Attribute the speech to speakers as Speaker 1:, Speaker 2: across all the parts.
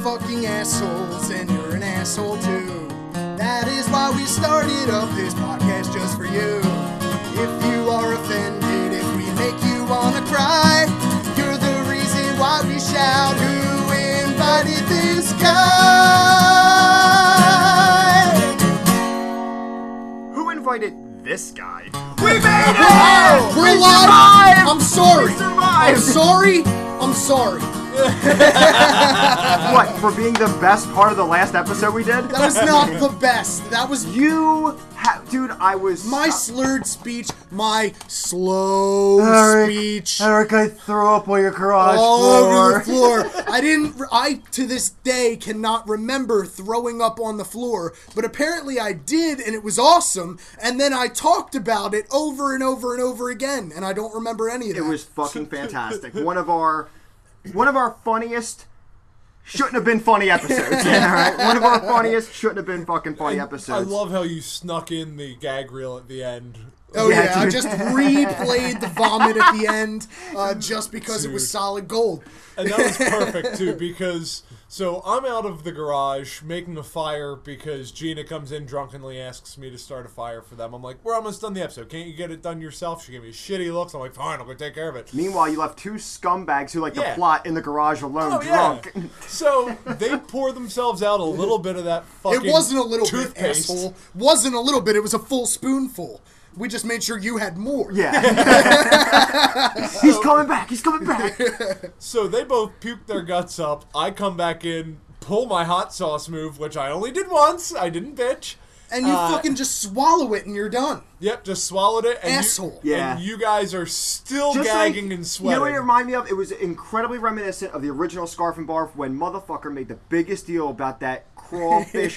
Speaker 1: fucking assholes, and you're an asshole too. That is why we started up this podcast just for you. If you are offended, if we make you wanna cry, you're the reason why we shout. Who invited this guy?
Speaker 2: Who invited this guy?
Speaker 1: Oh, we're live. I'm sorry. I'm
Speaker 2: survived!
Speaker 1: sorry. I'm sorry.
Speaker 2: What, for being the best part of the last episode we did?
Speaker 1: That was not the best. That was
Speaker 2: You ha- dude, I was
Speaker 1: my
Speaker 2: so-
Speaker 1: slurred speech, my slow speech.
Speaker 3: Eric, I threw up on your garage
Speaker 4: Oh,
Speaker 1: all over the
Speaker 3: floor.
Speaker 1: floor. I didn't. I to this day cannot remember throwing up on the floor, but apparently I did, and it was awesome. And then I talked about it over and over and over again, and I don't remember any of that.
Speaker 2: it was fucking fantastic. One of our one of our funniest shouldn't have been funny episodes. all right? One of our funniest shouldn't have been fucking funny
Speaker 4: I
Speaker 2: episodes.
Speaker 4: love how you snuck in the gag reel at the end.
Speaker 1: oh yeah,
Speaker 2: yeah,
Speaker 1: I
Speaker 2: dude.
Speaker 1: just replayed the vomit at the end uh, just because it was
Speaker 4: Dude.
Speaker 1: solid gold.
Speaker 4: And that was perfect too because so I'm out of the garage making a fire because Gina comes in drunkenly asks me to start a fire for them. I'm like, "We're almost done the episode. Can't you get it done yourself?" She gave me shitty looks. I'm like, "Fine, I'll go take care of it."
Speaker 2: Meanwhile, you left two scumbags who like
Speaker 4: Yeah.
Speaker 2: the plot in the garage alone,
Speaker 4: Oh, yeah.
Speaker 2: drunk.
Speaker 4: so they pour themselves out a little bit of that
Speaker 1: It
Speaker 4: fucking.
Speaker 1: wasn't a little bit,
Speaker 4: toothpaste.
Speaker 1: asshole. Wasn't a little bit. It was a full spoonful. We just made sure you had more.
Speaker 2: Yeah. he's coming back. He's coming back.
Speaker 4: So they both puke their guts up. I come back in, pull my hot sauce move, which I only did once. I didn't bitch.
Speaker 1: And you
Speaker 4: Uh,
Speaker 1: fucking just swallow it and you're done.
Speaker 4: Yep, just swallowed it. And
Speaker 1: Asshole.
Speaker 4: You,
Speaker 2: Yeah.
Speaker 4: And you guys are still
Speaker 2: Just
Speaker 4: gagging
Speaker 2: like-
Speaker 4: and sweating.
Speaker 2: You know what it reminded me of? It was incredibly reminiscent of the original Scarf and Barf when motherfucker made the biggest deal about that crawfish,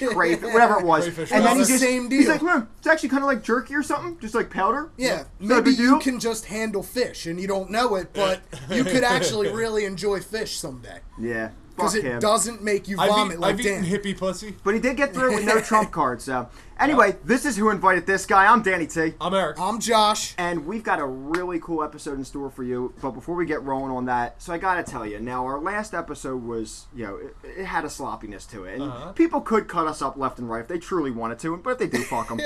Speaker 2: crayfish, whatever it was.
Speaker 4: Crayfish
Speaker 2: and then
Speaker 1: was
Speaker 2: he
Speaker 1: the
Speaker 2: just,
Speaker 1: same
Speaker 2: he's
Speaker 1: deal.
Speaker 2: like, hmm, it's actually kind of like jerky or something, just like powder.
Speaker 1: Yeah,
Speaker 2: Is that a
Speaker 1: maybe
Speaker 2: big deal?
Speaker 1: you can just handle fish and you don't know it, but you could actually really enjoy fish someday
Speaker 2: Yeah.
Speaker 1: because
Speaker 2: Fuck
Speaker 1: it
Speaker 2: him.
Speaker 1: doesn't make you
Speaker 4: I've, eat-
Speaker 1: vomit like
Speaker 4: I've
Speaker 1: Dan.
Speaker 4: eaten hippie pussy.
Speaker 2: But he did get through with no trump card. So anyway, this is who invited this guy. I'm Danny T.
Speaker 4: I'm Eric.
Speaker 1: I'm Josh.
Speaker 2: And we've got a really cool episode in store for you. But before we get rolling on that, so I gotta tell you, now our last episode was, you know, it, it had a sloppiness to it, and people could cut us up left and right if they truly wanted to, but if they do, fuck them.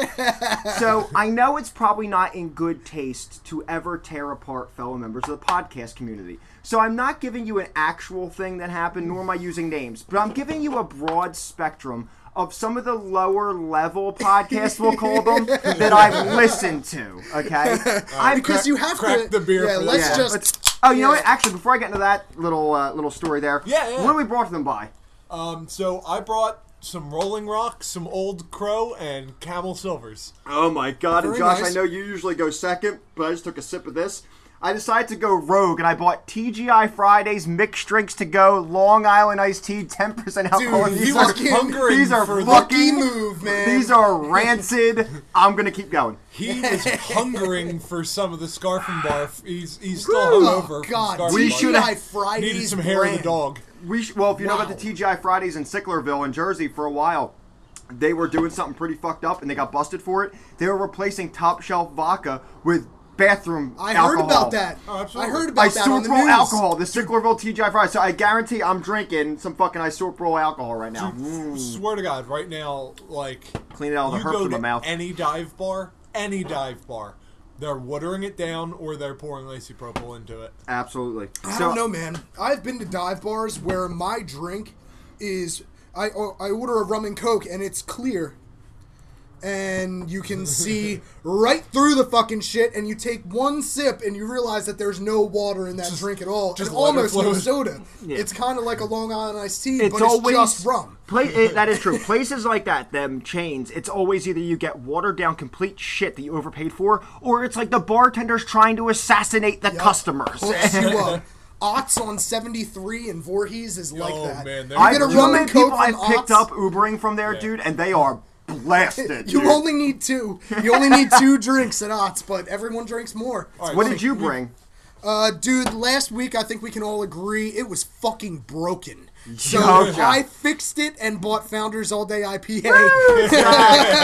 Speaker 2: so I know it's probably not in good taste to ever tear apart fellow members of the podcast community. So I'm not giving you an actual thing that happened, nor am I using names, but I'm giving you a broad spectrum. Of some of the lower level podcasts, we'll call them, that I've listened to. Okay, I've
Speaker 1: Uh, Because you have
Speaker 4: crack
Speaker 1: to
Speaker 4: the beer
Speaker 1: Yeah,
Speaker 4: for
Speaker 1: let's
Speaker 4: that.
Speaker 1: just
Speaker 2: Let's- oh, you know
Speaker 1: yeah.
Speaker 2: what? Actually, before I get into that little uh, little story there,
Speaker 4: Yeah, yeah.
Speaker 2: What are we brought to them by?
Speaker 4: Um, so I brought some Rolling Rock, some Old Crow, and Camel Silvers.
Speaker 2: Oh my God!
Speaker 1: Very Josh, nice. I know
Speaker 2: you usually go second, but I just took a sip of this. I decided to go rogue, and I bought TGI Fridays mixed drinks to go, Long Island iced tea, ten percent alcohol.
Speaker 1: Dude,
Speaker 2: and
Speaker 1: he
Speaker 2: these
Speaker 1: was
Speaker 2: are
Speaker 1: hungering
Speaker 2: these are
Speaker 4: for the-
Speaker 1: lucky
Speaker 2: fucking
Speaker 1: move, man.
Speaker 2: These are rancid. I'm gonna keep going.
Speaker 4: He was hungering for some of the scarf and barf. He's he's still
Speaker 1: Woo!
Speaker 4: hungover.
Speaker 1: Oh,
Speaker 4: from
Speaker 1: God,
Speaker 4: Scarf
Speaker 1: we
Speaker 4: and Barf.
Speaker 1: should have-
Speaker 4: Needed
Speaker 1: Friday's
Speaker 4: some hair of the
Speaker 1: brand.
Speaker 4: dog.
Speaker 2: We sh- well, if you know
Speaker 1: Wow.
Speaker 2: about the TGI Fridays in Sicklerville in Jersey for a while, they were doing something pretty fucked up, and they got busted for it. They were replacing top shelf vodka with bathroom.
Speaker 1: I heard
Speaker 2: alcohol.
Speaker 1: about that.
Speaker 4: Oh,
Speaker 1: I
Speaker 4: absolutely.
Speaker 1: heard about
Speaker 2: I
Speaker 1: that on
Speaker 2: sort
Speaker 1: the
Speaker 2: roll
Speaker 1: news.
Speaker 2: alcohol, the Sicklerville TGI Fridays. So I guarantee I'm drinking some fucking isopropyl alcohol right now.
Speaker 4: Swear to God, right now, like
Speaker 2: Clean it out of
Speaker 4: you
Speaker 2: the herpes
Speaker 4: go
Speaker 2: in my
Speaker 4: to
Speaker 2: mouth.
Speaker 4: any dive bar, any dive bar, they're watering it down or they're pouring lacy propyl into it.
Speaker 2: Absolutely.
Speaker 1: I
Speaker 2: so,
Speaker 1: don't know, man. I've been to dive bars where my drink is I or- I order a rum and coke and it's clear. And you can see right through the fucking shit, and you take one sip, and you realize that there's no water in that drink at all,
Speaker 4: just
Speaker 1: and
Speaker 4: water
Speaker 1: almost no
Speaker 4: fluid.
Speaker 1: soda. It's kind of like a Long Island iced tea,
Speaker 2: It's
Speaker 1: but
Speaker 2: always
Speaker 1: it's just rum.
Speaker 2: Pla- it, that is true. Places like that, them chains, it's always either you get watered down complete shit that you overpaid for, or it's like the bartenders trying to assassinate the customers.
Speaker 1: Hooks you up. Otts on 73 and Voorhees is like
Speaker 4: Oh,
Speaker 1: that.
Speaker 4: man,
Speaker 1: you
Speaker 4: they're-
Speaker 1: get a
Speaker 2: you
Speaker 1: rum
Speaker 2: know
Speaker 1: and
Speaker 2: people
Speaker 1: coke
Speaker 2: I've
Speaker 1: from
Speaker 2: picked
Speaker 1: Ott's.
Speaker 2: up Ubering from there, dude, and they are blasted.
Speaker 1: You
Speaker 2: dude.
Speaker 1: only need two. You only need two drinks at Ott's, but everyone drinks more.
Speaker 4: All right,
Speaker 2: What
Speaker 4: so
Speaker 2: did you
Speaker 4: we-
Speaker 2: bring?
Speaker 5: Uh, dude, last week I think we can all agree it was fucking broken. So
Speaker 2: Yeah.
Speaker 5: I fixed it and bought Founders All Day IPA.
Speaker 2: It's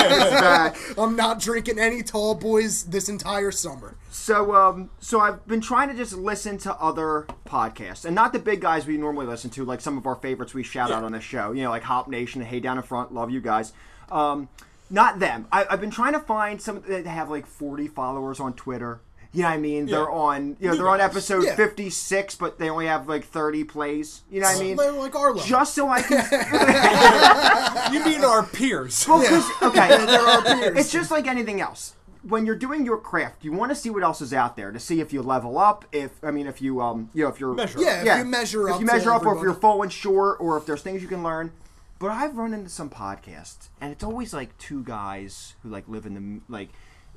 Speaker 2: back.
Speaker 5: I'm not drinking any Tall Boys this entire summer.
Speaker 2: So um so I've been trying to just listen to other podcasts and not the big guys we normally listen to like some of our favorites we shout out on the show you know like Hop Nation Hey Down in Front love you guys um not them I, I've been trying to find some that have like 40 followers on Twitter you know what I mean they're on you know they're on episode
Speaker 5: Yeah.
Speaker 2: 56 but they only have like 30 plays you know what I mean
Speaker 5: Like like our level.
Speaker 2: just so I can
Speaker 4: You mean our peers?
Speaker 2: Well, 'cause- okay
Speaker 5: They're our peers.
Speaker 2: It's just like anything else. When you're doing your craft, you want to see what else is out there to see if you level up. If I mean, if you um, you know, if you're
Speaker 4: Measure up.
Speaker 5: Yeah, if you measure
Speaker 2: if
Speaker 5: up
Speaker 2: you
Speaker 5: to
Speaker 2: measure up, or if
Speaker 5: everybody.
Speaker 2: you're falling short, or if there's things you can learn. But I've run into some podcasts, and it's always like two guys who like live in the like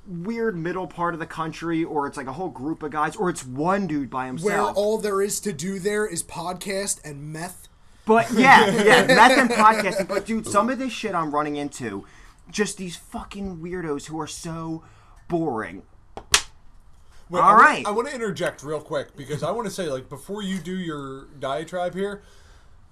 Speaker 2: weird middle part of the country, or it's like a whole group of guys, or it's one dude by himself.
Speaker 5: where all there is to do there is podcast and meth.
Speaker 2: But yeah, yeah, meth and podcasting. But dude, some of this shit I'm running into, just these fucking weirdos who are so boring. All
Speaker 4: Wait, I wa-
Speaker 2: right.
Speaker 4: I want to interject real quick because I want to say, like, before you do your diatribe here,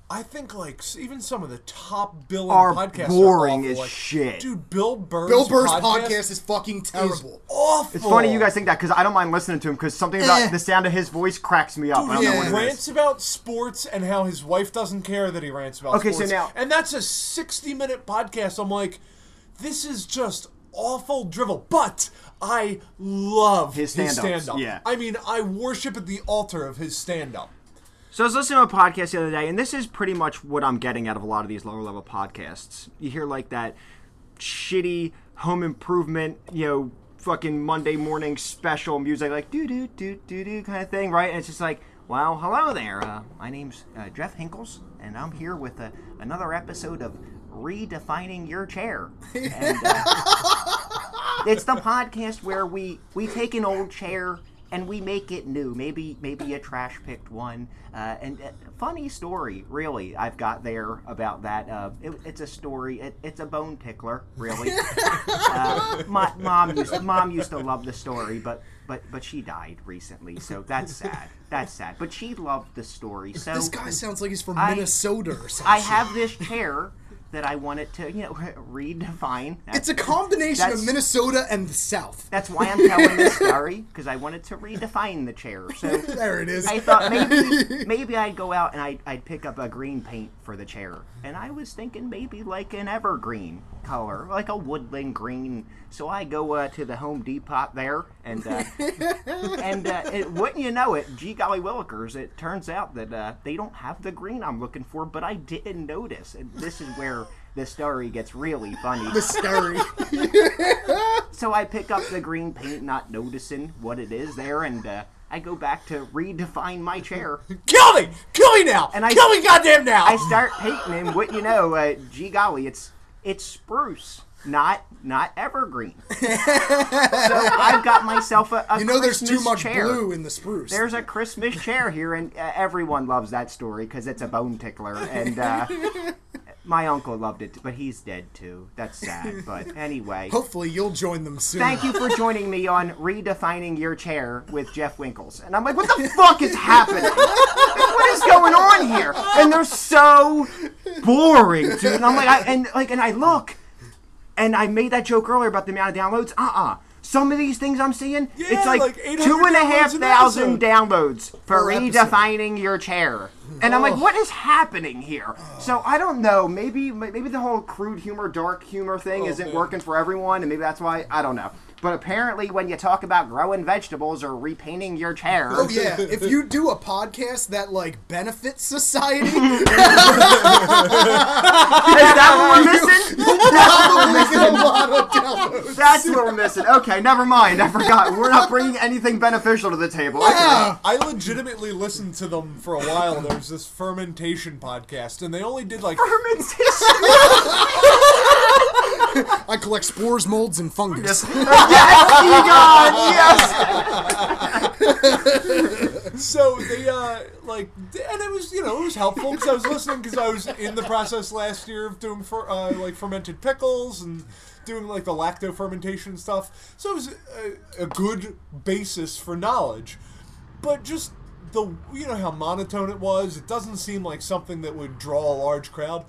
Speaker 4: I think like s- even some of the top billing
Speaker 2: Are
Speaker 4: podcasts
Speaker 2: boring
Speaker 4: are awful.
Speaker 2: as
Speaker 4: like,
Speaker 2: shit.
Speaker 4: dude. Bill Burr's
Speaker 5: Bill Burr's
Speaker 4: podcast,
Speaker 5: podcast, is fucking terrible.
Speaker 4: awful.
Speaker 2: It's funny you guys think that because I don't mind listening to him because something about
Speaker 5: Eh.
Speaker 2: the sound of his voice cracks me up. I
Speaker 4: Dude,
Speaker 2: don't
Speaker 4: he
Speaker 2: know what it
Speaker 4: rants
Speaker 2: is.
Speaker 4: about sports and how his wife doesn't care that he rants about
Speaker 2: Okay, so
Speaker 4: sports.
Speaker 2: now-
Speaker 4: and that's a 60 minute podcast. I'm like, this is just awful drivel. But I love
Speaker 2: His stand-ups,
Speaker 4: stand up.
Speaker 2: yeah.
Speaker 4: I mean, I worship at the altar of his stand up.
Speaker 2: So I was listening to a podcast the other day, and this is pretty much what I'm getting out of a lot of these lower level podcasts. You hear like that shitty home improvement, you know, fucking Monday morning special music, like doo doo doo doo doo kind of thing, right? And it's just like, well, hello there. Uh, my name's uh, Jeff Hinkles, and I'm here with uh, another episode of Redefining Your Chair. And, uh, it's the podcast where we we take an old chair and we make it new. Maybe maybe a trash picked one. Uh, and uh, funny story, really. I've got there about that. Uh, it, it's a story. It, it's a bone tickler, really. uh, my mom used mom used to love the story, but. But, but she died recently, so that's sad. That's sad. But she loved the story. So
Speaker 5: This guy sounds like he's from
Speaker 2: I-
Speaker 5: Minnesota or something.
Speaker 2: I have this chair that I wanted to, you know, redefine.
Speaker 5: It's a combination
Speaker 2: That's-
Speaker 5: of Minnesota and the South.
Speaker 2: That's why I'm telling this story because I wanted to redefine the chair. So
Speaker 5: There it is.
Speaker 2: I thought maybe maybe I'd go out and I'd, I'd pick up a green paint for the chair, and I was thinking maybe like an evergreen color, like a woodland green. So I go uh, to the Home Depot there, and uh, and uh, it, wouldn't you know it, gee golly willikers, it turns out that uh, they don't have the green I'm looking for, but I didn't notice. And this is where the story gets really funny.
Speaker 5: the story.
Speaker 2: So I pick up the green paint, not noticing what it is there, and uh, I go back to redefine my chair.
Speaker 4: Kill me! Kill me now!
Speaker 2: And I-
Speaker 4: Kill me goddamn now!
Speaker 2: I start painting, and what you know, uh, gee golly, it's it's spruce, not not evergreen. so I've got myself a, a
Speaker 5: You know, there's
Speaker 2: Christmas
Speaker 5: too much
Speaker 2: chair.
Speaker 5: blue in the spruce.
Speaker 2: There's a Christmas chair here, and uh, everyone loves that story because it's a bone tickler. And uh, my uncle loved it, but he's dead too. That's sad. But anyway,
Speaker 5: Hopefully, you'll join them soon.
Speaker 2: Thank you for joining me on Redefining Your Chair with Jeff Winkles. And I'm like, what the fuck is happening? Like, what is going on here? And they're so boring, dude. And I'm like, I, and like, and I look, and I made that joke earlier about the amount of downloads. Uh-uh. Some of these things I'm seeing,
Speaker 4: Yeah,
Speaker 2: it's like,
Speaker 4: like 800
Speaker 2: two and a half
Speaker 4: downloads an
Speaker 2: thousand
Speaker 4: episode.
Speaker 2: downloads for
Speaker 5: Per episode.
Speaker 2: redefining your chair. And I'm
Speaker 4: Oh.
Speaker 2: like, what is happening here? So I don't know. Maybe maybe the whole crude humor, dark humor thing isn't
Speaker 4: Oh, man.
Speaker 2: working for everyone, and maybe that's why I don't know. But apparently, when you talk about growing vegetables or repainting your chair,
Speaker 5: Oh yeah, if you do a podcast that like benefits society,
Speaker 2: is that what we're missing?
Speaker 5: probably get a lot of downloads.
Speaker 2: That's what we're missing. Okay, never mind. I forgot. We're not bringing anything beneficial to the table.
Speaker 5: Yeah.
Speaker 4: I legitimately listened to them for a while. There was this fermentation podcast, and they only did like
Speaker 5: I collect spores, molds, and fungus.
Speaker 2: yes,
Speaker 4: so they uh like and it was you know it was helpful because I was listening because I was in the process last year of doing fer- uh, like fermented pickles and doing like the lacto fermentation stuff. So it was a, a good basis for knowledge. but just the you know how monotone it was. It doesn't seem like something that would draw a large crowd.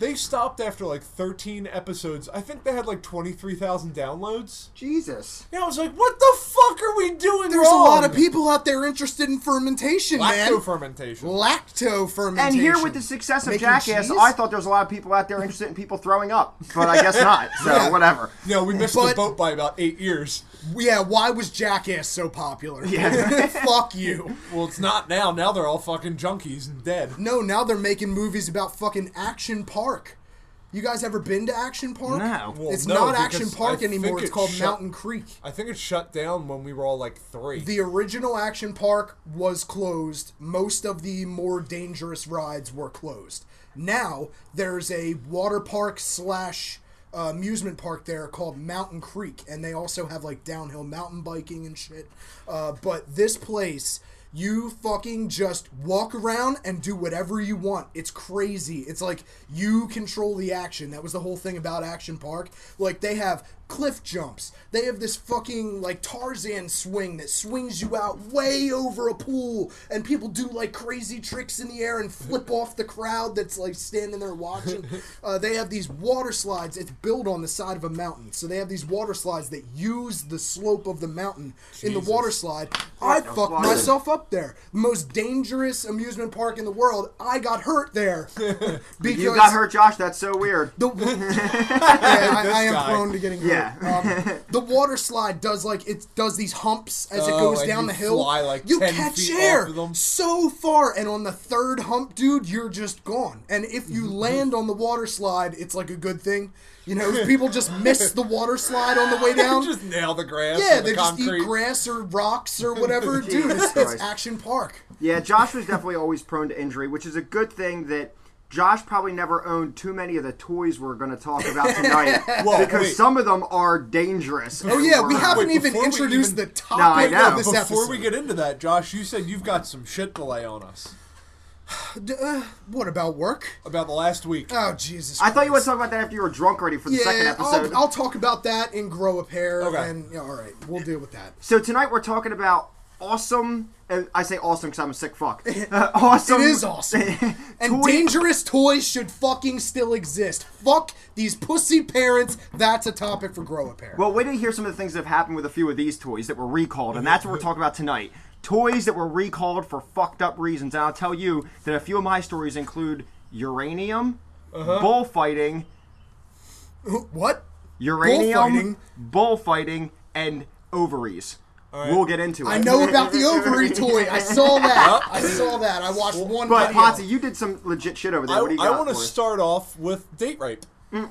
Speaker 4: They stopped after like 13 episodes. I think they had like 23,000 downloads.
Speaker 2: Jesus.
Speaker 4: And I was like, what the fuck are we doing
Speaker 1: There's a
Speaker 4: wrong?
Speaker 1: lot of people out there interested in fermentation, man.
Speaker 4: Lactofermentation.
Speaker 1: Lacto fermentation.
Speaker 2: And here with the success of
Speaker 1: Making
Speaker 2: Jackass,
Speaker 1: cheese?
Speaker 2: I thought there was a lot of people out there interested in people throwing up, but I guess not. So
Speaker 1: Yeah.
Speaker 2: whatever.
Speaker 4: No, we missed the
Speaker 1: But-
Speaker 4: boat by about eight years.
Speaker 1: yeah, why was Jackass so popular?
Speaker 2: Yeah.
Speaker 1: Fuck you.
Speaker 4: Well, it's not now. Now they're all fucking junkies and dead.
Speaker 1: No, now they're making movies about fucking Action Park. You guys ever been to Action Park?
Speaker 2: No.
Speaker 4: Well,
Speaker 1: it's
Speaker 4: no,
Speaker 1: not
Speaker 4: because
Speaker 1: Action
Speaker 4: I
Speaker 1: Park
Speaker 4: think
Speaker 1: anymore. It's
Speaker 4: it
Speaker 1: called
Speaker 4: shut-
Speaker 1: Mountain Creek.
Speaker 4: I think it shut down when we were all like three.
Speaker 1: The original Action Park was closed. Most of the more dangerous rides were closed. Now there's a water park slash uh, amusement park there called Mountain Creek, and they also have like downhill mountain biking and shit. Uh, but this place. You fucking just walk around and do whatever you want. It's crazy. It's like you control the action. That was the whole thing about Action Park. Like they have cliff jumps. They have this fucking like Tarzan swing that swings you out way over a pool and people do like crazy tricks in the air and flip off the crowd that's like standing there watching. Uh, they have these water slides. It's built on the side of a mountain. So they have these water slides that use the slope of the mountain in the water slide. I
Speaker 2: the
Speaker 1: fucked
Speaker 2: fuck?
Speaker 1: myself up there. The most dangerous amusement park in the world. I got hurt there. because
Speaker 2: You got hurt, Josh. That's so weird.
Speaker 1: the yeah, I, I am
Speaker 4: guy.
Speaker 1: prone to getting hurt.
Speaker 2: Yeah.
Speaker 1: Um, the water slide does like it does these humps as it
Speaker 4: Oh,
Speaker 1: goes
Speaker 4: and
Speaker 1: down
Speaker 4: you
Speaker 1: the hill.
Speaker 4: fly, like,
Speaker 1: you
Speaker 4: 10
Speaker 1: catch
Speaker 4: feet
Speaker 1: air
Speaker 4: off of them.
Speaker 1: so far, and on the third hump, dude, you're just gone. And if you
Speaker 4: Mm-hmm.
Speaker 1: land on the water slide, it's like a good thing. You know, if people just miss the water slide on the way down.
Speaker 4: just nail the grass.
Speaker 1: yeah,
Speaker 4: or the
Speaker 1: they just
Speaker 4: concrete.
Speaker 1: eat grass or rocks or whatever. Dude, it's, it's
Speaker 2: Christ.
Speaker 1: Action Park.
Speaker 2: Yeah, Josh was definitely always prone to injury, which is a good thing that Josh probably never owned too many of the toys we're going to talk about tonight
Speaker 4: Whoa,
Speaker 2: because
Speaker 4: wait.
Speaker 2: some of them are dangerous.
Speaker 1: Oh, yeah, we
Speaker 2: Were-
Speaker 1: haven't even
Speaker 4: before we
Speaker 1: introduced
Speaker 4: even-
Speaker 1: the
Speaker 2: I
Speaker 1: topic
Speaker 2: know.
Speaker 1: of this
Speaker 4: Before
Speaker 1: episode.
Speaker 4: we get into that, Josh, you said you've got some shit to lay on us
Speaker 1: D- uh, what about work?
Speaker 4: about the last week.
Speaker 1: Oh, Jesus
Speaker 2: I thought you would talk about that after you were drunk already for the second
Speaker 1: Yeah,
Speaker 2: episode.
Speaker 1: I'll, I'll talk about that and grow a pair.
Speaker 4: Okay.
Speaker 1: And yeah, all right, we'll deal with that.
Speaker 2: So tonight we're talking about awesome. And I say awesome because I'm a sick fuck. Uh, awesome.
Speaker 1: It is awesome. and
Speaker 2: Toy-
Speaker 1: dangerous toys should fucking still exist. Fuck these pussy parents. That's a topic for grow a pair.
Speaker 2: Well, wait to hear some of the things that have happened with a few of these toys that were recalled, and that's what we're
Speaker 1: Mm-hmm.
Speaker 2: talking about tonight. Toys that were recalled for fucked up reasons. And I'll tell you that a few of my stories include uranium,
Speaker 1: Uh-huh.
Speaker 2: bullfighting,
Speaker 1: what?
Speaker 2: uranium,
Speaker 1: Bullfighting?
Speaker 2: bullfighting, and ovaries. We'll get into it.
Speaker 1: I know about the ovary toy. I saw that. I saw that. I watched one.
Speaker 2: But
Speaker 1: video.
Speaker 2: Potsy, you did some legit shit over there.
Speaker 4: I,
Speaker 2: what do you got?
Speaker 4: want to
Speaker 2: for us?
Speaker 4: start off with date rape.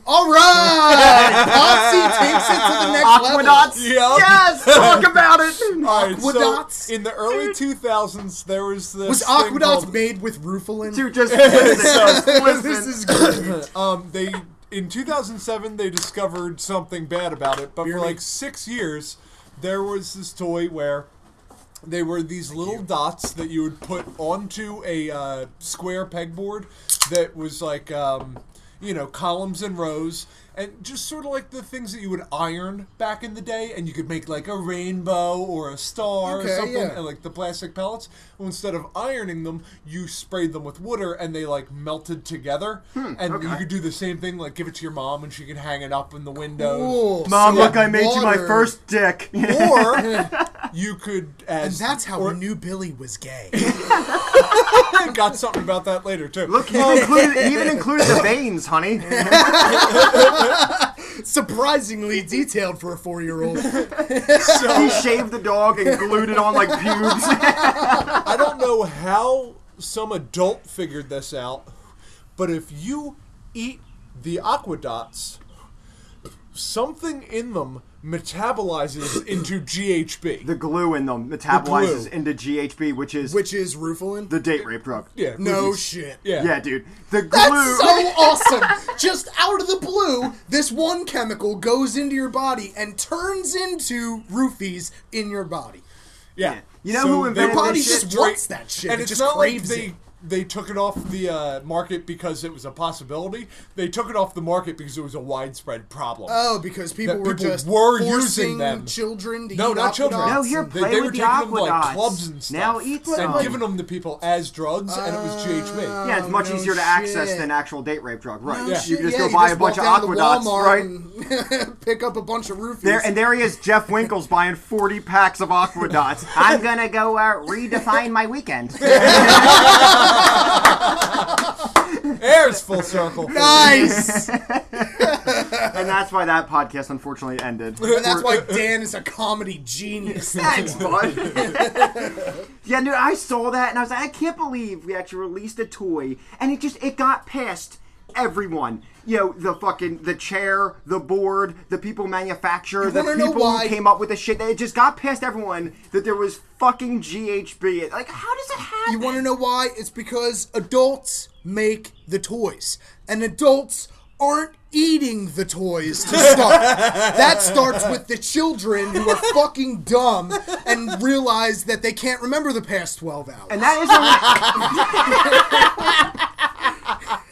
Speaker 1: all right, Potsy takes it to the next level.
Speaker 2: Aquadots.
Speaker 4: Yep.
Speaker 2: Yes, talk about it.
Speaker 4: All right,
Speaker 1: Aquadots?
Speaker 4: So in the early 2000s, there was this.
Speaker 1: Was
Speaker 4: thing
Speaker 1: Aquadots
Speaker 4: called-
Speaker 1: made with Rufalin?
Speaker 2: Dude, just listen. listen.
Speaker 1: this is great.
Speaker 4: Um, they in 2007 they discovered something bad about it, but
Speaker 1: Beer
Speaker 4: for
Speaker 1: me.
Speaker 4: like six years, there was this toy where they were these little dots that you would put onto a uh, square pegboard that was like um, you know columns and rows. And just sort of like the things that you would iron back in the day, and you could make like a rainbow or a star
Speaker 1: Okay,
Speaker 4: or something,
Speaker 1: yeah.
Speaker 4: and like the plastic pellets. Well, instead of ironing them, you sprayed them with water, and they like melted together.
Speaker 1: Hmm,
Speaker 4: and you could do the same thing, like give it to your mom, and she could hang it up in the window.
Speaker 1: Cool.
Speaker 2: Mom,
Speaker 1: So
Speaker 2: look, I made you my
Speaker 1: water-
Speaker 2: first dick.
Speaker 4: Or you could,
Speaker 1: And
Speaker 4: as
Speaker 1: that's how
Speaker 4: or,
Speaker 1: we knew Billy was gay.
Speaker 4: got something about that later too. Um,
Speaker 2: Look, he even included, he even included the veins, honey.
Speaker 1: Surprisingly detailed for a four year old.
Speaker 2: he shaved the dog and glued it on like pubes.
Speaker 4: I don't know how some adult figured this out, but if you eat the aquadots, something in them metabolizes into GHB.
Speaker 2: the glue in them metabolizes
Speaker 4: The glue.
Speaker 2: into GHB, which is
Speaker 1: Which is Rufalin?
Speaker 2: the date rape drug.
Speaker 4: yeah.
Speaker 1: no
Speaker 4: movies.
Speaker 1: shit.
Speaker 4: Yeah.
Speaker 2: Yeah, dude. The glue.
Speaker 1: That's so awesome! Just out of the blue, this one chemical goes into your body and turns into roofies in your body.
Speaker 4: Yeah.
Speaker 2: You know who
Speaker 4: they
Speaker 2: invented
Speaker 4: were
Speaker 1: Your body
Speaker 2: this
Speaker 1: just
Speaker 4: straight-
Speaker 1: wants that shit.
Speaker 4: And
Speaker 1: it
Speaker 4: it's
Speaker 1: just
Speaker 4: not like
Speaker 1: craves
Speaker 4: they
Speaker 1: it.
Speaker 4: they took it off the uh, market because it was a possibility. They took it off the market because it was a widespread problem.
Speaker 1: Oh, because people
Speaker 4: That
Speaker 1: were
Speaker 4: people
Speaker 1: just
Speaker 4: were using
Speaker 1: forcing
Speaker 4: them.
Speaker 1: children to
Speaker 4: no,
Speaker 1: eat
Speaker 4: not children.
Speaker 1: aqueducts
Speaker 2: No, here,
Speaker 4: they,
Speaker 2: play
Speaker 4: they
Speaker 2: with
Speaker 4: were
Speaker 2: the
Speaker 4: taking them to, like
Speaker 2: aqueducts.
Speaker 4: clubs and stuff.
Speaker 2: Now eat
Speaker 4: and
Speaker 2: some.
Speaker 4: giving them to people as drugs, and it was GHB.
Speaker 2: Yeah, it's
Speaker 1: Oh,
Speaker 2: much
Speaker 1: no
Speaker 2: easier to access
Speaker 1: shit.
Speaker 2: than actual date rape drug, right?
Speaker 1: No
Speaker 4: Yeah.
Speaker 1: shit,
Speaker 2: You can just
Speaker 1: yeah,
Speaker 2: go buy a
Speaker 1: just
Speaker 2: bunch of
Speaker 1: walk down to
Speaker 2: aqueducts, right?
Speaker 1: Walmart And pick up a bunch of roofies.
Speaker 2: There and there he is, Jeff Winkles buying forty packs of Aquadots. I'm gonna go uh, redefine my weekend.
Speaker 4: There's full circle.
Speaker 1: nice. and
Speaker 2: and that's why that podcast unfortunately ended.
Speaker 1: that's why Dan is a comedy genius.
Speaker 2: Thanks, bud. yeah, no, I saw that and I was like, I can't believe we actually released a toy, and it just it got past everyone. You know, the fucking the chair, the board, the people manufacturer, the
Speaker 1: wanna know
Speaker 2: people who
Speaker 1: why?
Speaker 2: came up with the shit. It just got past everyone that there was fucking GHB. Like, how does it happen?
Speaker 1: You want to know why? It's because adults make the toys, and adults aren't eating the toys to start. that starts with the children who are fucking dumb and realize that they can't remember the past 12 hours.
Speaker 2: And that is only. I'm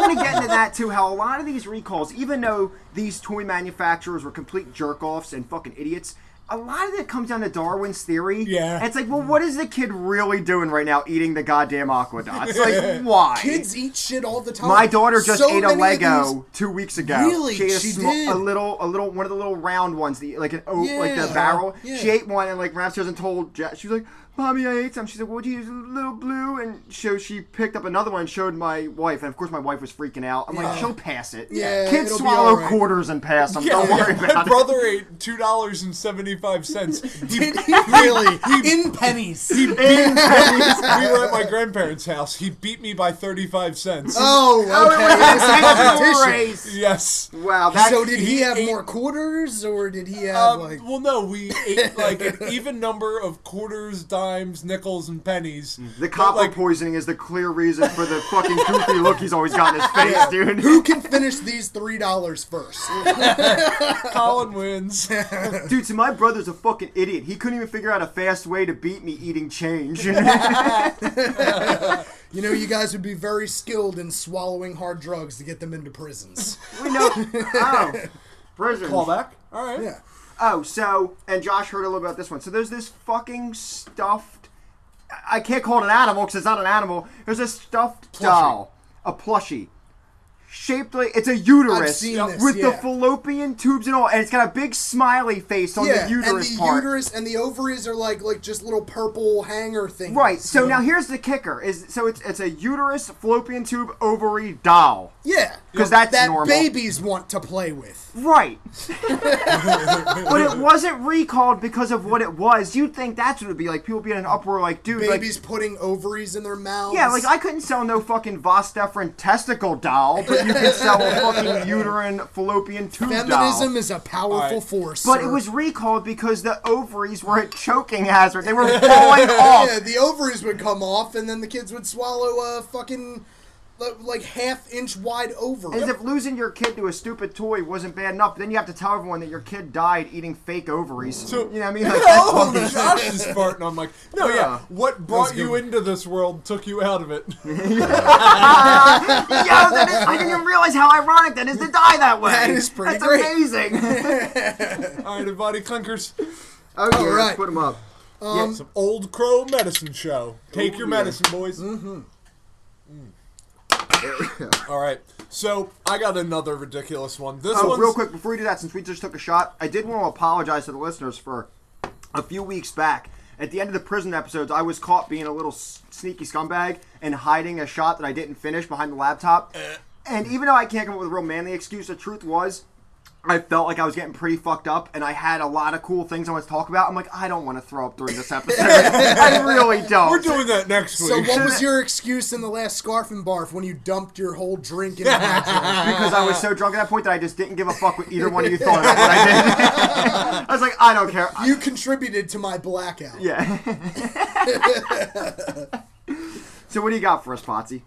Speaker 2: going to get into that too. How a lot of these recalls, even though these toy manufacturers were complete jerk offs and fucking idiots, a lot of it comes down to Darwin's theory.
Speaker 4: Yeah.
Speaker 2: And it's like, well, what is the kid really doing right now eating the goddamn aquadots? Like, why?
Speaker 1: Kids eat shit all the time.
Speaker 2: My daughter just
Speaker 1: Oh, So
Speaker 2: ate a
Speaker 1: many of
Speaker 2: Lego
Speaker 1: these-
Speaker 2: two weeks ago.
Speaker 1: Really?
Speaker 2: She ate a,
Speaker 1: She
Speaker 2: sma-
Speaker 1: did.
Speaker 2: a little, a little, one of the little round ones, the like an oak, like the
Speaker 1: Yeah.
Speaker 2: barrel.
Speaker 1: Yeah.
Speaker 2: She ate one and like ran upstairs and told Jack. She was like, "Mommy, I ate some." She said, "What'd you use? A little blue." And so she picked up another one and showed my wife. And of course, my wife was freaking out. I'm like, "She'll pass it.
Speaker 1: Yeah,
Speaker 2: kids
Speaker 1: it'll be
Speaker 2: swallow
Speaker 1: all right."
Speaker 2: quarters and pass them. Don't worry
Speaker 4: My
Speaker 2: about it."
Speaker 4: brother ate two dollars and seventy five cents. We
Speaker 1: Did he really? in pennies.
Speaker 4: were at my grandparents' house. He beat me by thirty five cents.
Speaker 1: oh,
Speaker 2: Oh, it was a
Speaker 1: okay. It's a
Speaker 2: sexual
Speaker 1: competition.
Speaker 2: race.
Speaker 4: Yes.
Speaker 2: Wow, that
Speaker 1: So did he
Speaker 4: He
Speaker 1: have
Speaker 4: ate-
Speaker 1: more quarters, or did he have
Speaker 4: Um,
Speaker 1: like?
Speaker 4: well, no, we ate like an even number of quarters, dimes, nickels, and pennies.
Speaker 2: Mm. the
Speaker 4: But,
Speaker 2: copper
Speaker 4: like,
Speaker 2: poisoning is the clear reason for the fucking goofy look he's always got in his face, dude.
Speaker 1: Who can finish these three dollars first?
Speaker 4: Colin wins.
Speaker 2: Dude, see, my brother's a fucking idiot. He couldn't even figure out a fast way to beat me eating change.
Speaker 1: You know, you guys would be very skilled in swallowing hard drugs to get them into prisons.
Speaker 2: we know. Oh, prison.
Speaker 4: Callback. All right.
Speaker 1: Yeah.
Speaker 2: Oh, so and Josh heard a little about this one. So there's this fucking stuffed. I- I can't call it an animal because it's not an animal. There's a stuffed doll, a plushie, shaped like it's a uterus
Speaker 1: seen this,
Speaker 2: with the
Speaker 1: yeah.
Speaker 2: fallopian tubes and all, and it's got a big smiley face on
Speaker 1: Yeah,
Speaker 2: the uterus
Speaker 1: and the
Speaker 2: part.
Speaker 1: uterus and the ovaries are like like just little purple hanger things.
Speaker 2: Right. So now here's the kicker: is so it's it's a uterus, fallopian tube, ovary doll.
Speaker 1: Yeah,
Speaker 2: 'Cause that's
Speaker 1: that
Speaker 2: normal.
Speaker 1: babies want to play with.
Speaker 2: Right. but it wasn't recalled because of what it was. You'd think that's what it'd be like. People being in an uproar, like, dude, like,
Speaker 1: Babies putting ovaries in their mouths.
Speaker 2: yeah, like I couldn't sell no fucking Vostefrin testicle doll, but you can sell a fucking uterine fallopian tube
Speaker 1: feminism
Speaker 2: doll.
Speaker 1: is a powerful
Speaker 4: Alright.
Speaker 1: force.
Speaker 2: But
Speaker 1: sir.
Speaker 2: it was recalled because the ovaries were a choking hazard. They were falling off.
Speaker 1: Yeah, the ovaries would come off, and then the kids would swallow a fucking li- like half inch wide ovary.
Speaker 2: As if losing your kid to a stupid toy wasn't bad enough, then you have to tell everyone that your kid died eating fake ovaries.
Speaker 4: So-
Speaker 2: you know what I mean? Like, that's
Speaker 4: Oh,
Speaker 2: fucking-
Speaker 4: Josh is farting. I'm like, no,
Speaker 2: Yeah.
Speaker 4: yeah. What brought you into this world took you out of it.
Speaker 2: Uh, Yo, that is, I didn't even realize how ironic that is to die that way.
Speaker 1: That is pretty
Speaker 2: That's
Speaker 1: great.
Speaker 2: amazing.
Speaker 4: All right, everybody, clunkers.
Speaker 2: oh, yeah,
Speaker 1: right.
Speaker 2: put them up.
Speaker 1: Um,
Speaker 4: It's an old crow medicine show. Take your medicine, boys. Mm-hmm. All right. So I got another ridiculous one. This
Speaker 2: Oh,
Speaker 4: one's
Speaker 2: real quick, before we do that, since we just took a shot, I did want to apologize to the listeners for a few weeks back. At the end of the prison episodes, I was caught being a little s- sneaky scumbag and hiding a shot that I didn't finish behind the laptop.
Speaker 4: Eh.
Speaker 2: And even though I can't come up with a real manly excuse, the truth was. I felt like I was getting pretty fucked up, and I had a lot of cool things I wanted to talk about. I'm like, I don't want to throw up during this episode. I really don't.
Speaker 4: We're doing that next
Speaker 1: so
Speaker 4: week.
Speaker 1: what was your excuse in the last scarf and barf when you dumped your whole drink in the vacuum?
Speaker 2: because I was so drunk at that point that I just didn't give a fuck what either one of you thought about what I did. I was like, I don't care. I-
Speaker 1: You contributed to my blackout.
Speaker 2: yeah. so what do you got for us, Potsy?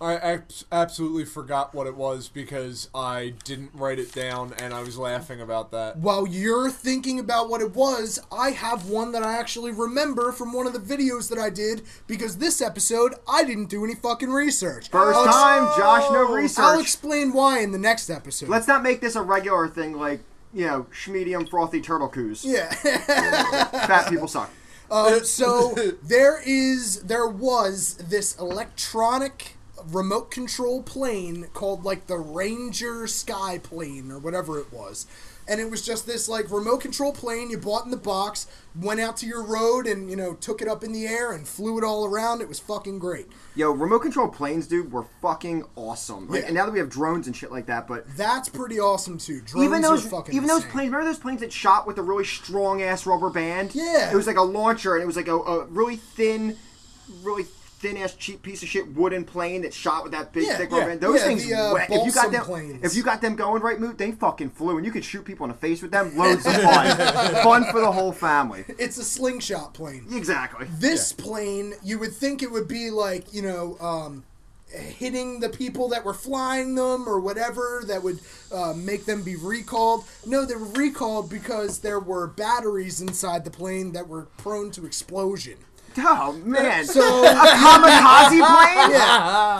Speaker 4: I abs- absolutely forgot what it was because I didn't write it down and I was laughing about that.
Speaker 1: While you're thinking about what it was, I have one that I actually remember from one of the videos that I did because this episode I didn't do any fucking research.
Speaker 2: First
Speaker 1: I'll ex-
Speaker 2: time, Josh, no research.
Speaker 1: Oh, I'll explain why in the next episode.
Speaker 2: Let's not make this a regular thing like, you know, schmedium frothy turtle coos.
Speaker 1: yeah.
Speaker 2: Fat people suck.
Speaker 1: Um, so there is there was this electronic remote control plane called like the Ranger Sky plane or whatever it was. And it was just this like remote control plane you bought in the box, went out to your road and you know took it up in the air and flew it all around. It was fucking great.
Speaker 2: Yo, remote control planes, dude, were fucking awesome. Like,
Speaker 1: Yeah.
Speaker 2: And now that we have drones and shit like that, but
Speaker 1: That's pretty awesome too. Drones
Speaker 2: even those
Speaker 1: are fucking
Speaker 2: even those
Speaker 1: insane.
Speaker 2: planes, remember those planes that shot with a really strong ass rubber band?
Speaker 1: Yeah.
Speaker 2: It was like a launcher, and it was like a, a really thin, really thin ass cheap piece of shit wooden plane that shot with that big
Speaker 1: Yeah,
Speaker 2: thick rubber
Speaker 1: yeah,
Speaker 2: band. Those
Speaker 1: yeah,
Speaker 2: things,
Speaker 1: the, uh,
Speaker 2: wet. if you
Speaker 1: balsam
Speaker 2: got them,
Speaker 1: planes.
Speaker 2: if you got them going right, moot, they fucking flew, and you could shoot people in the face with them. Loads of fun, fun for the whole family.
Speaker 1: It's a slingshot plane.
Speaker 2: Exactly.
Speaker 1: this plane, you would think it would be like, you know, um, hitting the people that were flying them or whatever that would uh, make them be recalled. No, they were recalled because there were batteries inside the plane that were prone to explosion.
Speaker 2: Oh man,
Speaker 1: So-
Speaker 2: a kamikaze plane?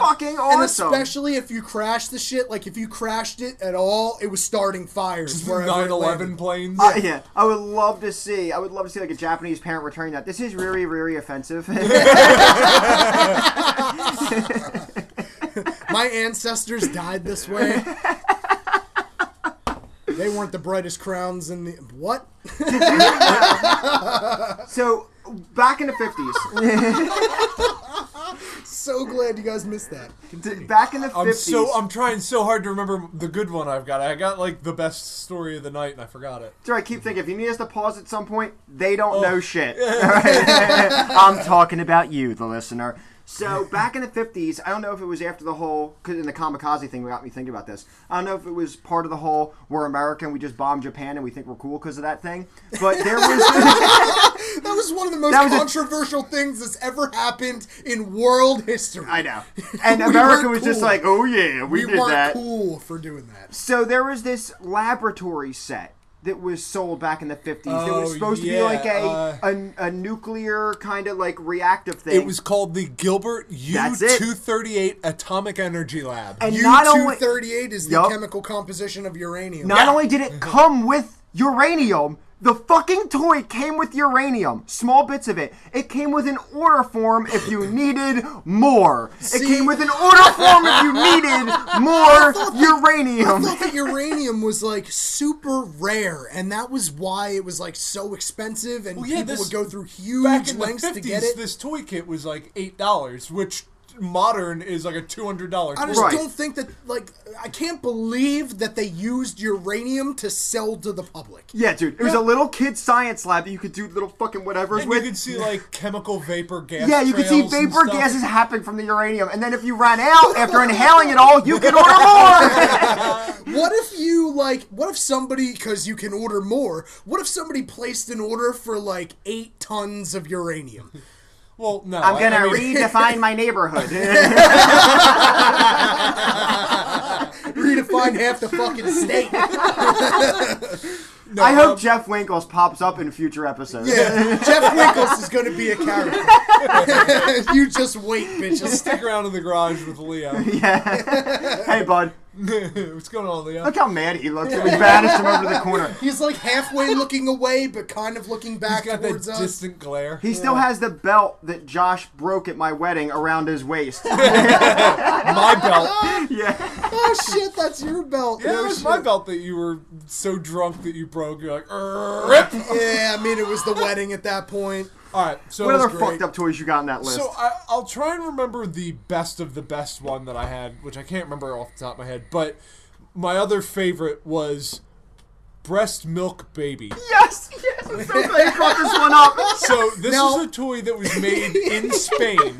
Speaker 2: Fucking awesome.
Speaker 1: And especially if you crashed the shit, like if you crashed it at all, it was starting fires. wherever it
Speaker 4: 9 11
Speaker 1: landed.
Speaker 4: planes.
Speaker 2: Uh, yeah, I would love to see. I would love to see like a Japanese parent returning that. This is really, really offensive.
Speaker 1: My ancestors died this way. they weren't the brightest crowns in the. What?
Speaker 2: so back in the fifties,
Speaker 1: So glad you guys missed that.
Speaker 2: back in the
Speaker 4: I'm
Speaker 2: fifties.
Speaker 4: so I'm trying so hard to remember the good one I've got. I got like the best story of the night and I forgot it.
Speaker 2: I keep thinking if you need us to pause at some point, they don't
Speaker 1: Oh.
Speaker 2: know shit. All right? I'm talking about you, the listener. So back in the fifties, I don't know if it was after the whole because in the kamikaze thing got me thinking about this. I don't know if it was part of the whole we're American, we just bomb Japan and we think we're cool because of that thing. But there was.
Speaker 1: That was one of the most
Speaker 2: That was a-
Speaker 1: controversial things that's ever happened in world history.
Speaker 2: I know. And
Speaker 1: We
Speaker 2: America
Speaker 1: weren't
Speaker 2: was just
Speaker 1: cool.
Speaker 2: like, oh yeah, we,
Speaker 1: We,
Speaker 2: did
Speaker 1: weren't
Speaker 2: that.
Speaker 1: cool for doing that.
Speaker 2: So there was this laboratory set that was sold back in the 50s. it was
Speaker 4: Oh,
Speaker 2: supposed to be
Speaker 4: yeah,
Speaker 2: like a,
Speaker 4: uh,
Speaker 2: a, a nuclear kind of like reactive thing.
Speaker 4: It was called the Gilbert U
Speaker 2: That's it.
Speaker 4: two thirty eight Atomic Energy Lab.
Speaker 2: And
Speaker 1: U
Speaker 2: not only-
Speaker 1: two thirty eight is the
Speaker 2: Yup.
Speaker 1: chemical composition of uranium.
Speaker 2: Not only did it come with uranium, the fucking toy came with uranium, small bits of it. It came with an order form if you needed more. it came with an order form if you needed more uranium.
Speaker 1: I thought that uranium was like super rare, and that was why it was like so expensive, and
Speaker 4: yeah,
Speaker 1: people
Speaker 4: this-
Speaker 1: would go through
Speaker 4: Back
Speaker 1: huge
Speaker 4: in the
Speaker 1: lengths to get
Speaker 4: fifties,
Speaker 1: it.
Speaker 4: this toy kit was like eight dollars, which modern is like a two hundred dollar
Speaker 1: I
Speaker 4: toy.
Speaker 1: just
Speaker 2: Right.
Speaker 1: don't think that like I can't believe that they used uranium to sell to the public.
Speaker 2: Yeah, dude. It was a little kid science lab that you could do little fucking whatevers
Speaker 4: And you
Speaker 2: with.
Speaker 4: could see like chemical vapor gas.
Speaker 2: Yeah, you could see
Speaker 4: trails and
Speaker 2: vapor
Speaker 4: stuff.
Speaker 2: gases happening from the uranium, and then if you ran out after inhaling it all, you could order more.
Speaker 1: What if you like? What if somebody, because you can order more? What if somebody placed an order for like eight tons of uranium?
Speaker 4: Well, no,
Speaker 2: I'm
Speaker 4: I-
Speaker 2: gonna
Speaker 4: I mean-
Speaker 2: redefine my neighborhood.
Speaker 1: Redefine half the fucking state.
Speaker 4: no,
Speaker 2: I
Speaker 4: um,
Speaker 2: hope Jeff Winkles pops up in future episodes.
Speaker 1: Yeah, Jeff Winkles is going to be a character. you just wait, bitches.
Speaker 4: stick around in the garage with Leo.
Speaker 2: Hey, bud,
Speaker 4: What's going on, Leo?
Speaker 2: look how mad he looks. We banished him over to the corner.
Speaker 1: He's like halfway looking away, but kind of looking back
Speaker 4: He's got that
Speaker 1: towards us.
Speaker 4: distant glare.
Speaker 2: He still has the belt that Josh broke at my wedding around his waist.
Speaker 4: my
Speaker 2: Ah,
Speaker 4: belt.
Speaker 2: yeah,
Speaker 1: oh shit, that's your belt.
Speaker 4: Yeah,
Speaker 1: No
Speaker 4: it was
Speaker 1: shit.
Speaker 4: my belt that you were so drunk that you broke. You're like, rip.
Speaker 1: Yeah, I mean it was the wedding at that point.
Speaker 4: All right, so
Speaker 2: what
Speaker 4: it was
Speaker 2: other
Speaker 4: great.
Speaker 2: fucked up toys you got on that list?
Speaker 4: So I, I'll try and remember the best of the best one that I had, which I can't remember off the top of my head. But my other favorite was breast milk baby.
Speaker 2: yes, yes, I'm so glad you brought this one up.
Speaker 4: So this
Speaker 1: Now-
Speaker 4: is a toy that was made in Spain.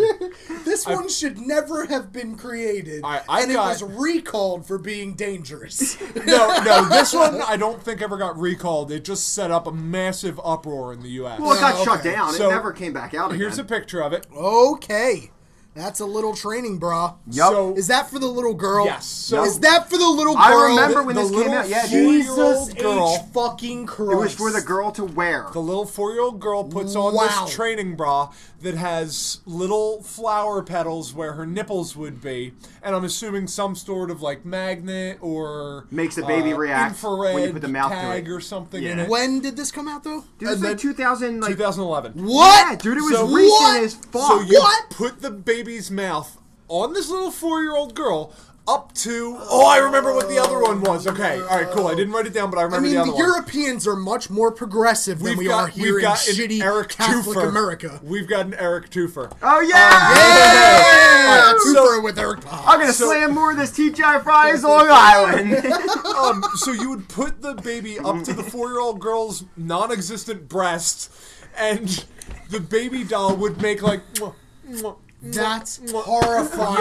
Speaker 1: This one should never have been created,
Speaker 4: I- I
Speaker 1: and
Speaker 4: got-
Speaker 1: it was recalled for being dangerous.
Speaker 4: No, no, this one I don't think ever got recalled. It just set up a massive uproar in the U.S.
Speaker 2: Well, it got
Speaker 1: Oh,
Speaker 2: shut
Speaker 1: okay.
Speaker 2: down.
Speaker 4: So-
Speaker 2: it never came back out again.
Speaker 4: Here's a picture of it.
Speaker 1: okay, That's a little training bra.
Speaker 2: Yup.
Speaker 4: So-
Speaker 1: Is that for the little girl?
Speaker 4: Yes. So-
Speaker 1: is that for the little girl?
Speaker 2: I remember when
Speaker 4: the
Speaker 2: this came
Speaker 4: little
Speaker 2: out. Yeah, dude.
Speaker 4: four-year-old
Speaker 6: Jesus H.
Speaker 4: girl-
Speaker 6: fucking Christ.
Speaker 2: It was for the girl to wear.
Speaker 4: The little four-year-old girl puts on
Speaker 1: Wow.
Speaker 4: this training bra that has little flower petals where her nipples would be, and I'm assuming some sort of like magnet or uh,
Speaker 2: Makes the baby react
Speaker 4: infrared
Speaker 2: when you put the mouth to
Speaker 4: tag
Speaker 2: it.
Speaker 4: or something in
Speaker 2: Yeah.
Speaker 4: it.
Speaker 1: When did this come out though? Uh,
Speaker 2: Dude, it was
Speaker 4: and
Speaker 2: like
Speaker 4: then-
Speaker 2: 2000, like,
Speaker 4: 2011.
Speaker 1: What?
Speaker 2: Yeah, dude, it was
Speaker 4: So-
Speaker 2: recent
Speaker 1: What?
Speaker 2: as fuck.
Speaker 4: So you
Speaker 1: What?
Speaker 4: put the baby's mouth on this little four-year-old girl up to oh, I remember what the other one was. Okay, all right, cool. I didn't write it down, but I
Speaker 1: I
Speaker 4: remember
Speaker 1: mean,
Speaker 4: the
Speaker 1: the,
Speaker 4: other one.
Speaker 1: Europeans are much more progressive than we are here in
Speaker 4: an
Speaker 1: shitty Catholic America.
Speaker 4: We've got an Eric Toofer.
Speaker 2: oh, yeah!
Speaker 1: Yeah,
Speaker 4: Alright,
Speaker 1: two
Speaker 4: so-
Speaker 1: for it with Eric.
Speaker 2: I'm going to slam more of this TGI Fridays Long Island.
Speaker 4: Um, so you would put the baby up to the four-year-old girl's non-existent breast, and the baby doll would make like mwah, mwah,
Speaker 1: That's
Speaker 4: mwah,
Speaker 1: horrifying.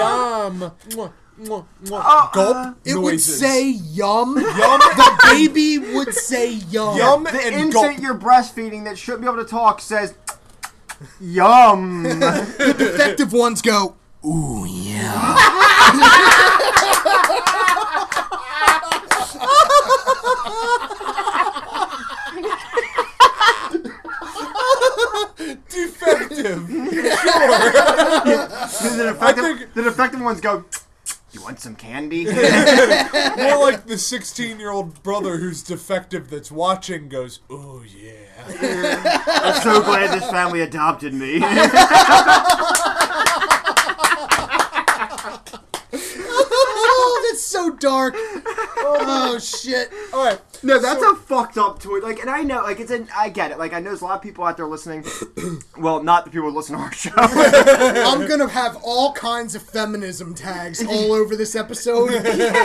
Speaker 4: yum, mwah, mwah, mwah, gulp
Speaker 1: Uh, It
Speaker 4: noises.
Speaker 1: would say yum.
Speaker 4: yum,
Speaker 1: the baby would say yum.
Speaker 4: yum,
Speaker 2: the
Speaker 4: and
Speaker 2: infant
Speaker 4: gulp.
Speaker 2: you're breastfeeding that shouldn't be able to talk says, Yum.
Speaker 1: The defective ones go. Ooh yeah.
Speaker 4: Defective.
Speaker 2: the, defective,
Speaker 4: think-
Speaker 2: the defective ones go, You want some candy?
Speaker 4: More like the 16-year-old brother who's defective that's watching goes, "Oh yeah."
Speaker 2: I'm so glad this family adopted me.
Speaker 1: Oh, that's so dark. Oh shit.
Speaker 4: All right.
Speaker 2: No, that's a fucked up tweet. Like, and I know, like, it's an, I get it. Like, I know there's a lot of people out there listening. well, not the people who listen to our show.
Speaker 1: I'm gonna have all kinds of feminism tags all over this episode.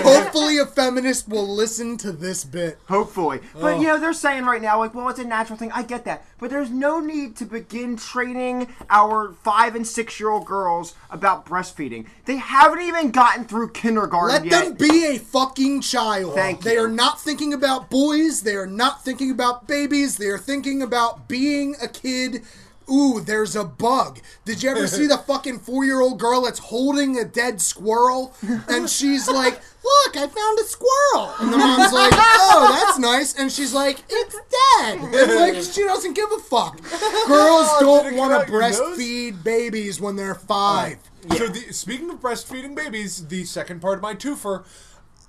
Speaker 1: Hopefully, a feminist will listen to this bit.
Speaker 2: Hopefully. But, you know, they're saying right now, like, well, it's a natural thing. I get that. But there's no need to begin training our five and six year old girls about breastfeeding. They haven't even gotten through kindergarten
Speaker 1: Let
Speaker 2: yet.
Speaker 1: them be a fucking child.
Speaker 2: Thank
Speaker 1: they
Speaker 2: you.
Speaker 1: are not thinking about boys. They are not thinking about babies. They are thinking about being a kid. Ooh, there's a bug. Did you ever see the fucking four year old girl that's holding a dead squirrel? And she's like, Look, I found a squirrel. And the mom's like, Oh, that's nice. And she's like, It's dead. And like, she doesn't give a fuck. Girls
Speaker 4: Oh, did it
Speaker 1: don't
Speaker 4: get
Speaker 1: want
Speaker 4: out
Speaker 1: to
Speaker 4: your nose? Oh.
Speaker 1: breastfeed babies when they're five.
Speaker 4: So, the, speaking of breastfeeding babies, the second part of my twofer,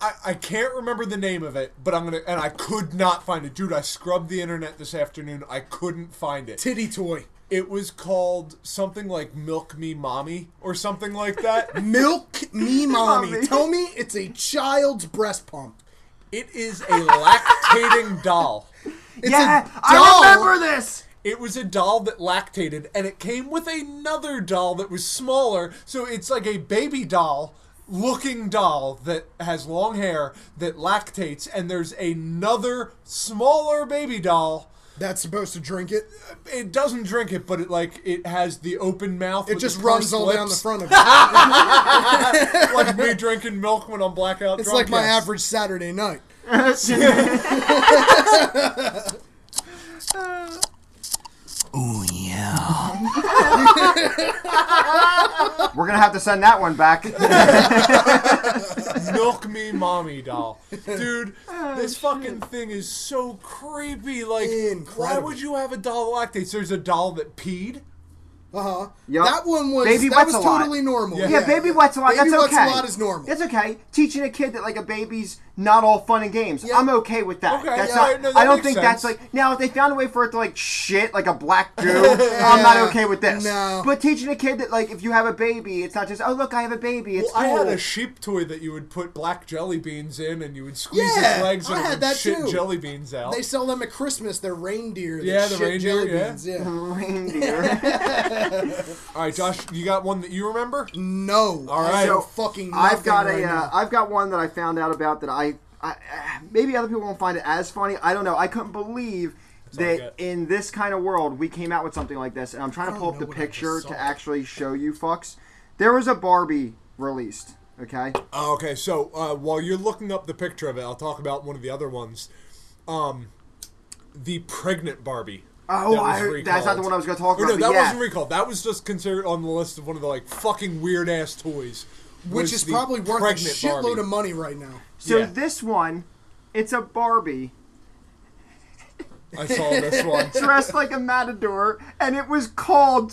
Speaker 4: I, I can't remember the name of it, but I'm gonna and I could not find it, dude. I scrubbed the internet this afternoon. I couldn't find it.
Speaker 1: Titty toy.
Speaker 4: It was called something like "Milk Me, Mommy" or something like that.
Speaker 1: Milk me, mommy.
Speaker 2: Mommy.
Speaker 1: Tell me it's a child's breast pump.
Speaker 4: it is a lactating doll.
Speaker 1: It's a
Speaker 2: yeah,
Speaker 1: doll.
Speaker 2: I remember this.
Speaker 4: It was a doll that lactated, and it came with another doll that was smaller. So it's like a baby doll looking doll that has long hair that lactates, and there's another smaller baby doll.
Speaker 1: That's supposed to drink it.
Speaker 4: It doesn't drink it, but it like it has the open mouth.
Speaker 1: It just runs all down the front of it.
Speaker 4: front, like me drinking milk when I'm blackout.
Speaker 1: It's
Speaker 4: drunk,
Speaker 1: like my
Speaker 4: yes.
Speaker 1: average Saturday night. Oh yeah.
Speaker 2: We're gonna have to send that one back.
Speaker 4: milk me mommy doll dude this fucking thing is so creepy like why
Speaker 1: Incredible.
Speaker 4: would you have a doll that lactates there's a doll that peed
Speaker 1: Uh huh.
Speaker 2: Yup.
Speaker 1: That one was
Speaker 2: Baby
Speaker 1: that was
Speaker 2: wets a lot.
Speaker 1: totally normal.
Speaker 4: Yeah,
Speaker 2: yeah, baby wets a lot.
Speaker 1: Baby
Speaker 2: that's
Speaker 1: wets
Speaker 2: okay.
Speaker 1: a lot is normal.
Speaker 2: That's okay. Teaching a kid that like a baby's not all fun and games. I'm okay with that.
Speaker 4: Okay,
Speaker 2: that's
Speaker 4: yeah,
Speaker 2: not,
Speaker 4: right, no, that
Speaker 2: I don't
Speaker 4: makes
Speaker 2: think that's
Speaker 4: sense.
Speaker 2: like now if they found a way for it to like shit like a black goo, I'm not okay with this.
Speaker 1: no.
Speaker 2: But teaching a kid that like if you have a baby, it's not just oh look I have a baby. It's
Speaker 4: well, i had
Speaker 2: cool."
Speaker 4: a sheep toy that you would put black jelly beans in and you would squeeze
Speaker 1: Yeah,
Speaker 4: its legs and
Speaker 1: I
Speaker 4: it
Speaker 1: had
Speaker 4: would
Speaker 1: that
Speaker 4: shit
Speaker 1: too.
Speaker 4: jelly beans out
Speaker 1: They sell them at Christmas. They're reindeer.
Speaker 4: Yeah,
Speaker 1: the
Speaker 4: the
Speaker 1: shit
Speaker 4: reindeer,
Speaker 1: jelly
Speaker 4: yeah.
Speaker 1: beans.
Speaker 2: Uh-huh.
Speaker 1: Yeah.
Speaker 2: Reindeer.
Speaker 4: all right josh you got one that you remember
Speaker 1: No.
Speaker 4: All
Speaker 1: I
Speaker 4: right.
Speaker 1: know
Speaker 4: So,
Speaker 1: fucking.
Speaker 2: I've got
Speaker 1: nothing
Speaker 2: a
Speaker 1: right
Speaker 2: uh,
Speaker 1: now.
Speaker 2: I've got one that I found out about that I, I uh, maybe other people won't find it as funny. I don't know. I couldn't believe
Speaker 4: all I
Speaker 2: that
Speaker 4: get.
Speaker 2: in this kind of world we came out with something like this. And I'm trying to
Speaker 1: don't
Speaker 2: pull up
Speaker 1: know
Speaker 2: the
Speaker 1: what I just
Speaker 2: picture
Speaker 1: saw.
Speaker 2: to actually show you fucks. There was a Barbie released. Okay.
Speaker 4: Oh, okay, so uh, while you're looking up the picture of it, I'll talk about one of the other ones. Um, the pregnant Barbie.
Speaker 2: Oh,
Speaker 4: that was
Speaker 2: I heard- that's not the
Speaker 4: recalled.
Speaker 2: one I was gonna talk
Speaker 4: Or
Speaker 2: about,
Speaker 4: Oh, No,
Speaker 2: but
Speaker 4: that
Speaker 2: yeah.
Speaker 4: wasn't recalled. That was just considered on the list of one of the like fucking weird ass toys, was
Speaker 1: which is
Speaker 4: the
Speaker 1: probably worth a
Speaker 4: pregnant
Speaker 1: shitload
Speaker 4: Barbie.
Speaker 1: of money right now.
Speaker 2: So
Speaker 4: Yeah.
Speaker 2: this one, it's a Barbie
Speaker 4: I saw this one.
Speaker 2: dressed like a matador, and it was called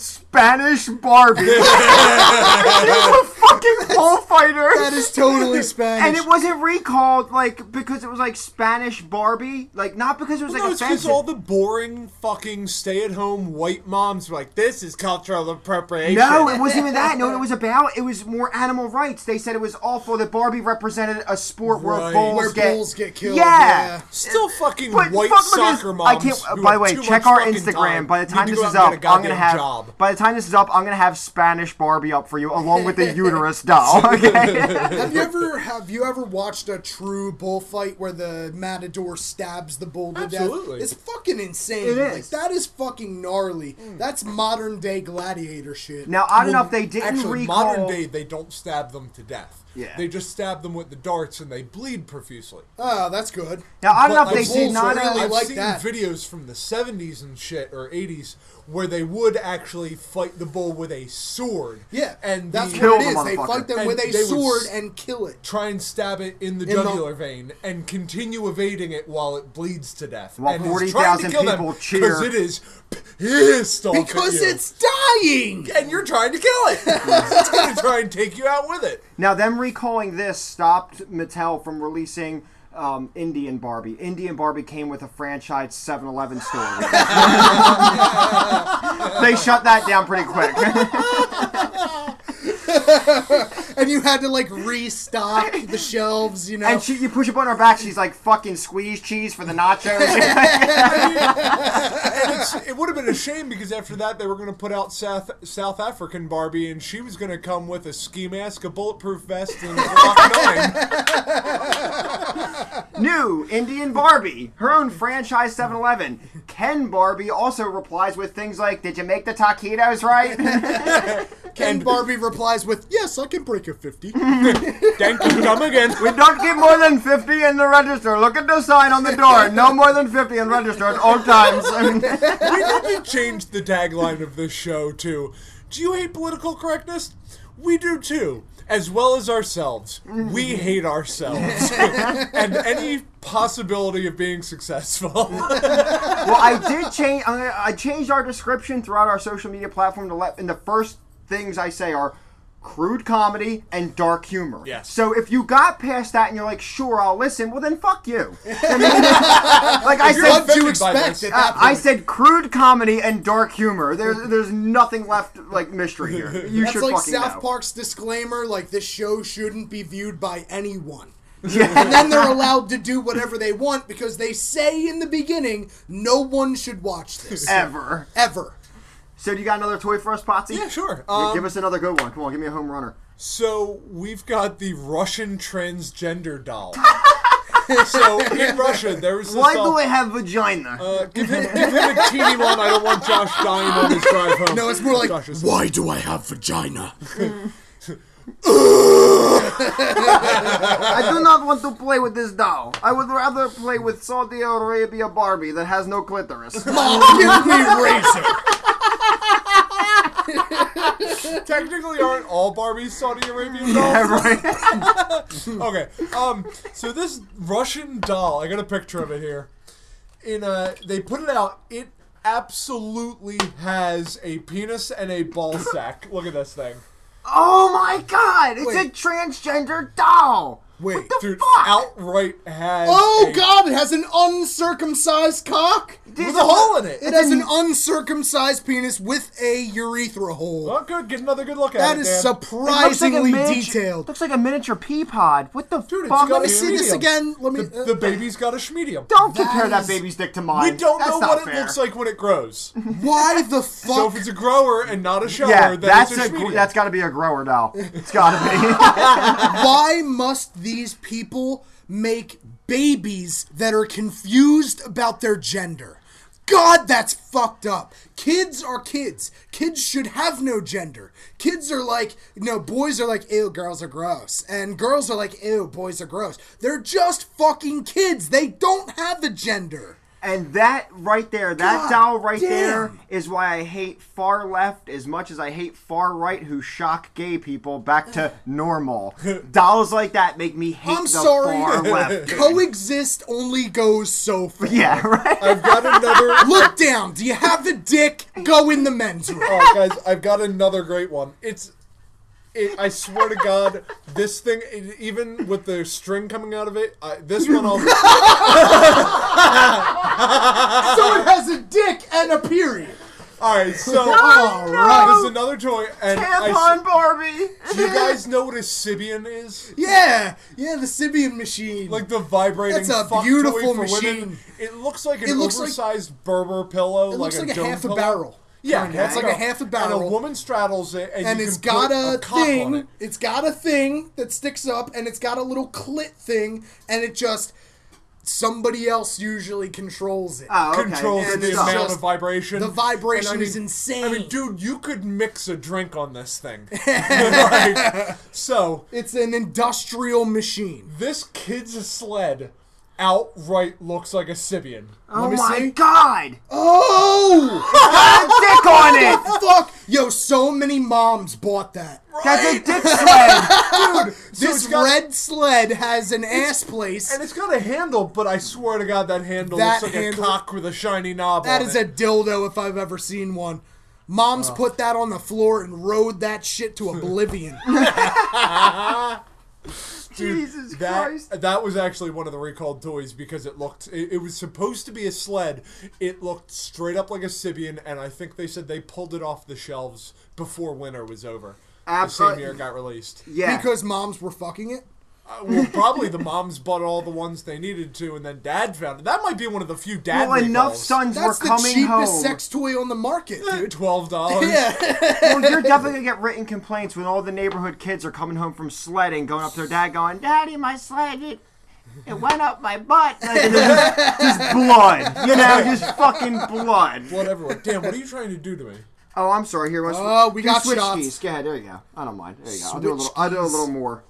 Speaker 2: Spanish Barbie. She's a fucking bullfighter.
Speaker 1: That is totally Spanish.
Speaker 2: And it wasn't recalled, like because it was like Spanish Barbie, like not because it was like
Speaker 4: no, it's
Speaker 2: offensive.
Speaker 4: because all the boring fucking stay-at-home white moms were like, "This is cultural appropriation."
Speaker 2: No, it wasn't even that. No, it was about. It was more animal rights. They said it was awful that Barbie represented a sport where
Speaker 4: Right.
Speaker 2: bulls
Speaker 1: Where
Speaker 2: get
Speaker 1: bulls get killed, yeah.
Speaker 2: Yeah.
Speaker 4: Still fucking
Speaker 2: But
Speaker 4: white
Speaker 2: fuck, look at
Speaker 4: soccer
Speaker 2: this-
Speaker 4: moms.
Speaker 2: I can't. by
Speaker 4: who
Speaker 2: the
Speaker 4: have
Speaker 2: way,
Speaker 4: too
Speaker 2: check
Speaker 4: much
Speaker 2: our
Speaker 4: fucking
Speaker 2: Instagram.
Speaker 4: time.
Speaker 2: By the time
Speaker 4: Need
Speaker 2: this
Speaker 4: to go
Speaker 2: is up,
Speaker 4: out and get a
Speaker 2: I'm gonna
Speaker 4: goddamn
Speaker 2: have.
Speaker 4: job.
Speaker 2: By the time this is up, I'm gonna have Spanish Barbie up for you, along with the uterus doll. Okay.
Speaker 1: Have you ever have you ever watched a true bullfight where the matador stabs the bull to
Speaker 4: Absolutely.
Speaker 1: death? It's fucking insane.
Speaker 2: It
Speaker 1: Like
Speaker 2: is.
Speaker 1: that is fucking gnarly.
Speaker 4: Hmm.
Speaker 1: That's modern day gladiator shit.
Speaker 2: now, odd enough, they didn't
Speaker 4: Actually,
Speaker 2: recall.
Speaker 4: modern day, they don't stab them to death.
Speaker 2: Yeah.
Speaker 4: They just stab them with the darts and they bleed profusely.
Speaker 1: oh, that's good.
Speaker 2: now, odd enough,
Speaker 4: But
Speaker 2: they
Speaker 4: I've
Speaker 2: did
Speaker 1: also
Speaker 2: not.
Speaker 1: really
Speaker 2: uh,
Speaker 4: I've
Speaker 1: like
Speaker 4: seen
Speaker 1: that.
Speaker 4: videos from the 70s and shit, or 80s, where they would actually fight the bull with a sword.
Speaker 1: Yeah,
Speaker 4: And
Speaker 1: that's
Speaker 4: the-
Speaker 2: Kill
Speaker 1: what it
Speaker 2: the
Speaker 1: is. They
Speaker 2: motherfucker.
Speaker 1: fight them
Speaker 4: And
Speaker 1: with a
Speaker 4: they would
Speaker 1: sword
Speaker 4: s-
Speaker 1: and kill it.
Speaker 4: Try and stab it in the
Speaker 1: the-
Speaker 4: jugular vein and continue evading it while it bleeds to death.
Speaker 2: While
Speaker 4: And he's
Speaker 2: 40,000
Speaker 4: trying to kill them
Speaker 2: people cheer.
Speaker 4: Because it is pissed off at
Speaker 1: Because
Speaker 4: you.
Speaker 1: it's dying.
Speaker 4: And you're trying to kill it. it's going to try and take you out with it.
Speaker 2: Now, them recalling this stopped Mattel from releasing um, Indian Barbie. Indian Barbie came with a franchise 7 Eleven store. they shut that down pretty quick.
Speaker 1: And you had to like restock the shelves, you know.
Speaker 2: and she, you push a button on her back, she's like, fucking squeeze cheese for the nachos.
Speaker 4: It's, it would have been a shame because after that they were going to put out South South African Barbie, and she was going to come with a ski mask, a bulletproof vest, and a Glock nine.
Speaker 2: New Indian Barbie, her own franchise 7 Eleven. Ken Barbie also replies with things like, Did you make the taquitos right?
Speaker 1: Ken Barbie replies with, "Yes, I can break a 50.
Speaker 4: Thank you, come again.
Speaker 2: We don't keep more than 50 in the register. Look at the sign on the door. No more than 50 in register at all times.
Speaker 4: We probably changed the tagline of this show to "Do you hate political correctness? We do too." As well as ourselves, we hate ourselves and any possibility of being successful.
Speaker 2: well, I did change. I'm gonna- I changed our description throughout our social media platform to let. And the first things I say are crude comedy and dark humor.
Speaker 4: Yes.
Speaker 2: So if you got past that and you're like, sure, I'll listen. Well, then fuck you. I mean, like I
Speaker 4: you're
Speaker 2: said,
Speaker 1: What do you
Speaker 4: offended by
Speaker 1: expect
Speaker 4: this.
Speaker 1: at
Speaker 2: uh,
Speaker 1: that
Speaker 2: I
Speaker 1: point?
Speaker 2: said crude comedy and dark humor. There's there's nothing left like mystery here. You
Speaker 1: That's
Speaker 2: should
Speaker 1: like
Speaker 2: fucking
Speaker 1: South
Speaker 2: know.
Speaker 1: Park's disclaimer, like this show shouldn't be viewed by anyone.
Speaker 2: Yeah.
Speaker 1: and then they're allowed to do whatever they want because they say in the beginning, no one should watch this.
Speaker 2: Ever.
Speaker 1: Ever.
Speaker 2: So do you got another toy for us, Potsy?
Speaker 4: yeah, sure.
Speaker 2: Yeah,
Speaker 4: Um,
Speaker 2: give us another good one. Come on, give me a home runner.
Speaker 4: So we've got the Russian transgender doll. so in Russia, there was this
Speaker 2: Why
Speaker 4: doll-
Speaker 2: do I have vagina?
Speaker 4: uh, give, him, give him a teeny one. I don't want Josh dying on his drive home.
Speaker 1: No, it's more like,
Speaker 4: Josh is-
Speaker 1: why do I have vagina?
Speaker 2: I do not want to play with this doll. I would rather play with Saudi Arabia Barbie that has no clitoris.
Speaker 1: Mom, give me razor.
Speaker 4: technically aren't all Barbies Saudi Arabian
Speaker 2: right.
Speaker 4: dolls. okay. Um. So this Russian doll, I got a picture of it here. In uh, they put it out. It absolutely has a penis and a ball sack. Look at this thing.
Speaker 2: Oh my god! It's
Speaker 1: Wait.
Speaker 2: a transgender doll.
Speaker 1: Wait,
Speaker 2: what the
Speaker 4: Dude,
Speaker 2: fuck?
Speaker 4: outright has.
Speaker 1: Oh
Speaker 4: a-
Speaker 1: God! It has an uncircumcised cock
Speaker 2: This
Speaker 4: with
Speaker 2: is-
Speaker 4: a hole in it.
Speaker 1: It has an uncircumcised penis with a urethra hole.
Speaker 4: Well, good. Get another good look at
Speaker 1: That
Speaker 4: it.
Speaker 1: is
Speaker 4: Dan.
Speaker 2: It looks like a
Speaker 1: surprisingly
Speaker 2: miniature-
Speaker 1: detailed.
Speaker 2: Looks like a miniature pea pod. What the
Speaker 4: Dude, it's
Speaker 2: fuck?
Speaker 4: got
Speaker 1: Let me
Speaker 4: a
Speaker 1: see this
Speaker 4: medium.
Speaker 1: again. Let me.
Speaker 4: The, the baby's got a schmedium.
Speaker 2: uh, Don't compare
Speaker 1: That
Speaker 2: that
Speaker 1: is-
Speaker 2: baby's dick to mine.
Speaker 4: We don't
Speaker 2: That's
Speaker 4: know
Speaker 2: not
Speaker 4: what
Speaker 2: fair.
Speaker 4: it looks like when it grows.
Speaker 1: why the fuck?
Speaker 4: so if it's a grower and not a shower,
Speaker 2: Yeah,
Speaker 4: then
Speaker 2: that's
Speaker 4: it's a,
Speaker 2: a,
Speaker 4: schmedium.
Speaker 2: gr- that's got to be a grower doll. It's got to
Speaker 1: why must these people make babies that are confused about their gender? God, that's fucked up. Kids are kids. Kids should have no gender. Kids are like, no, boys are like, ew, girls are gross. And girls are like, ew, boys are gross. They're just fucking kids. They don't have a gender.
Speaker 2: be. And that right there, that
Speaker 1: God
Speaker 2: doll right there
Speaker 1: damn.
Speaker 2: is why I hate far left as much as I hate far right who shock gay people back to normal. Dolls like that make me hate
Speaker 1: I'm
Speaker 2: the
Speaker 1: sorry.
Speaker 2: far left.
Speaker 1: Coexist only goes so far.
Speaker 2: yeah, right.
Speaker 4: I've got another.
Speaker 1: Look down. Do you have a dick? Go in the men's room.
Speaker 4: Oh, guys, I've got another great one. It's. It, I swear to God, this thing, it, even with the string coming out of it, I, this one I'll.
Speaker 1: So it has a dick and a period.
Speaker 4: Alright, so.
Speaker 1: All right.
Speaker 4: This is another toy, and I s-
Speaker 2: Tampon Barbie.
Speaker 4: do you guys know what a Sibian is?
Speaker 1: Yeah, yeah, the Sibian machine.
Speaker 4: Like the vibrating
Speaker 1: That's a
Speaker 4: fuck
Speaker 1: beautiful
Speaker 4: toy for
Speaker 1: machine.
Speaker 4: Women. It looks like an
Speaker 1: It looks like-
Speaker 4: oversized Berber pillow.
Speaker 1: it looks like, a,
Speaker 4: dome
Speaker 1: half a
Speaker 4: pillow.
Speaker 1: barrel.
Speaker 4: Yeah,
Speaker 1: kinda. it's like a half a barrel.
Speaker 4: And a woman straddles it, and,
Speaker 1: and
Speaker 4: you
Speaker 1: it's
Speaker 4: can put
Speaker 1: got a,
Speaker 4: cock on
Speaker 1: thing.
Speaker 4: it.
Speaker 1: It's got a thing that sticks up, and it's got a little clit thing, and it just somebody else usually controls it.
Speaker 2: Oh, okay.
Speaker 4: controls
Speaker 2: And
Speaker 4: the
Speaker 2: it's
Speaker 4: amount
Speaker 1: just-
Speaker 4: of vibration.
Speaker 1: the vibration
Speaker 4: And I mean-
Speaker 1: is insane.
Speaker 4: I mean, dude, you could mix a drink on this thing. Like, so
Speaker 1: it's an industrial machine.
Speaker 4: this kid's sled outright looks like a Sibian.
Speaker 2: Oh
Speaker 1: me
Speaker 2: my
Speaker 1: see.
Speaker 2: god!
Speaker 1: Oh,
Speaker 2: Got a dick on it.
Speaker 1: fuck! Yo, so many moms bought that.
Speaker 2: That's a dick sled.
Speaker 1: This
Speaker 4: it's got-
Speaker 1: red sled has an ass place.
Speaker 4: And it's got a handle, but I swear to God, that handle
Speaker 1: That
Speaker 4: looks like
Speaker 1: handle-
Speaker 4: a cock with a shiny knob.
Speaker 1: That
Speaker 4: on
Speaker 1: is
Speaker 4: it.
Speaker 1: a dildo if I've ever seen one.
Speaker 2: Oh.
Speaker 1: Moms put that on the floor and rode that shit to oblivion.
Speaker 2: Jesus
Speaker 4: that,
Speaker 2: Christ.
Speaker 4: That was actually one of the recalled toys because it looked. It, it was supposed to be a sled. It looked straight up like a Sibian, and I think they said they pulled it off the shelves before winter was over. The same
Speaker 2: Absolutely.
Speaker 4: year it got released.
Speaker 2: Yeah.
Speaker 1: Because moms were fucking it.
Speaker 4: Uh, well, probably the moms bought all the ones they needed to, and then dad found it. That might be one of the few dad
Speaker 2: well, enough
Speaker 4: recalls.
Speaker 2: sons were
Speaker 1: That's the
Speaker 2: coming
Speaker 1: cheapest
Speaker 2: home.
Speaker 1: sex toy on the market, dude.
Speaker 4: Twelve dollars.
Speaker 1: Yeah.
Speaker 2: well, you're definitely gonna get written complaints when all the neighborhood kids are coming home from sledding, going up to their dad, going, "Daddy, my sled it, it went up my butt." Like, and there's just, just blood, you know, just fucking blood.
Speaker 4: Blood everywhere. Damn, what are you trying to do to me?
Speaker 2: Oh, I'm sorry. Here, let's
Speaker 1: Oh, we
Speaker 2: do
Speaker 1: got
Speaker 2: switch
Speaker 1: shots.
Speaker 2: keys. Go ahead. There you go. I don't mind. There you go. I'll do a
Speaker 1: Switch
Speaker 2: little. I'll do a
Speaker 1: keys.
Speaker 2: little more.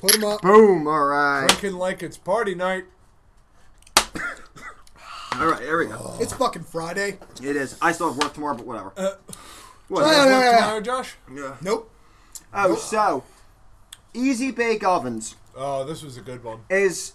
Speaker 1: Put them up.
Speaker 2: Boom. All right.
Speaker 4: Drinking like it's party night.
Speaker 2: All right. There we go.
Speaker 1: It's fucking Friday.
Speaker 2: It is. I still have work tomorrow, but whatever.
Speaker 1: No,
Speaker 2: whatever.
Speaker 1: no, no, no.
Speaker 4: Tomorrow, Josh.
Speaker 1: Nope.
Speaker 2: Oh, so easy bake ovens.
Speaker 4: Oh, this was a good one.
Speaker 2: is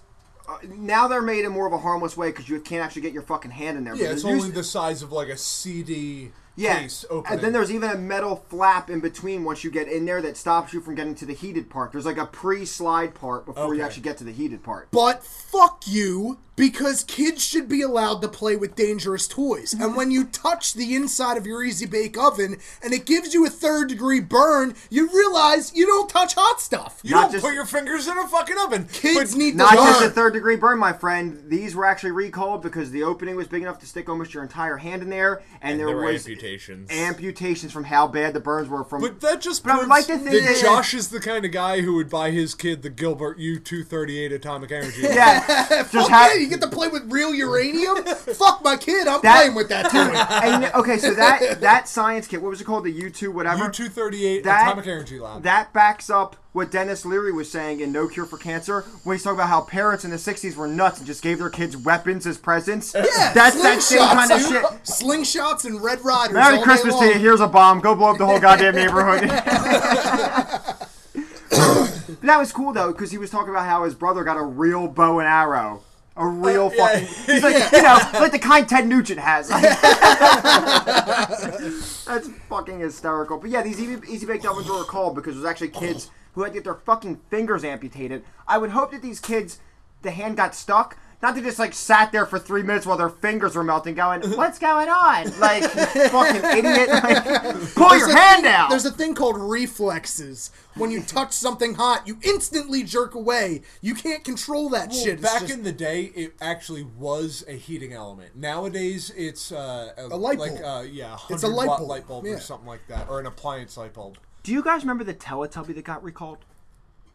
Speaker 2: uh, now they're made in more of a harmless way because you can't actually get your fucking hand in there.
Speaker 4: Yeah,
Speaker 2: But
Speaker 4: it's
Speaker 2: there's
Speaker 4: only
Speaker 2: used-
Speaker 4: the size of like a CD
Speaker 2: yeah.
Speaker 4: case opening.
Speaker 2: And then there's even a metal flap in between once you get in there that stops you from getting to the heated part. There's like a pre-slide part before you
Speaker 4: Okay.
Speaker 2: actually get to the heated part.
Speaker 1: But fuck you, because kids should be allowed to play with dangerous toys. And when you touch the inside of your Easy Bake Oven and it gives you a third degree burn, you realize you don't touch hot stuff.
Speaker 4: you
Speaker 2: not
Speaker 4: don't
Speaker 2: just-
Speaker 4: put your fingers in a fucking oven.
Speaker 1: Kids
Speaker 4: But-
Speaker 1: need to
Speaker 2: Not just a
Speaker 1: learn.
Speaker 2: third degree burn, my friend. These were actually recalled because the opening was big enough to stick almost your entire hand in there, and, there,
Speaker 4: there were
Speaker 2: was
Speaker 4: amputations.
Speaker 2: amputations from how bad the burns were from.
Speaker 4: But that just
Speaker 2: But I would
Speaker 4: proves
Speaker 2: like to think
Speaker 4: that
Speaker 2: that-
Speaker 4: Josh is the kind of guy who would buy his kid the Gilbert U two thirty eight atomic energy.
Speaker 2: yeah,
Speaker 1: Fuck
Speaker 2: just have
Speaker 1: yeah, you get to play with real uranium? Fuck my kid, I'm
Speaker 2: That-
Speaker 1: playing with that toy.
Speaker 2: and, okay, so that that science kit, what was it called? The U two whatever.
Speaker 4: U two thirty eight
Speaker 2: That-
Speaker 4: atomic energy lab.
Speaker 2: That backs up what Dennis Leary was saying in No Cure for Cancer when he's talking about how parents in the 60s were nuts and just gave their kids weapons as presents.
Speaker 1: Yeah,
Speaker 2: That's that same
Speaker 1: slingshots,
Speaker 2: kind of
Speaker 1: dude.
Speaker 2: shit.
Speaker 1: Slingshots and Red Riders. all
Speaker 2: Merry
Speaker 1: day
Speaker 2: Christmas to
Speaker 1: long.
Speaker 2: you. Here's a bomb. Go blow up the whole goddamn neighborhood. But that was cool though, because he was talking about how his brother got a real bow and arrow. A real
Speaker 4: Uh, yeah.
Speaker 2: fucking. He's like, you know, like the kind Ted Nugent has. That's fucking hysterical. But yeah, these easy, easy baked ovens were recalled because it was actually kids who had to get their fucking fingers amputated. I would hope that these kids, the hand got stuck. Not to just like sat there for three minutes while their fingers were melting, going, "What's going on?" Like, fucking idiot! Like, pull your
Speaker 1: There's a
Speaker 2: hand
Speaker 1: thing-
Speaker 2: out.
Speaker 1: There's a thing called reflexes. When you touch something hot, you instantly jerk away. You can't control that
Speaker 4: Well,
Speaker 1: shit. It's
Speaker 4: back
Speaker 1: just-
Speaker 4: in the day, it actually was a heating element. Nowadays, it's uh, a,
Speaker 1: light
Speaker 4: like,
Speaker 1: bulb.
Speaker 4: uh, yeah,
Speaker 1: It's a light
Speaker 4: watt
Speaker 1: bulb,
Speaker 4: light bulb
Speaker 1: yeah.
Speaker 4: or something like that, or an appliance light bulb.
Speaker 2: Do you guys remember the Teletubby that got recalled?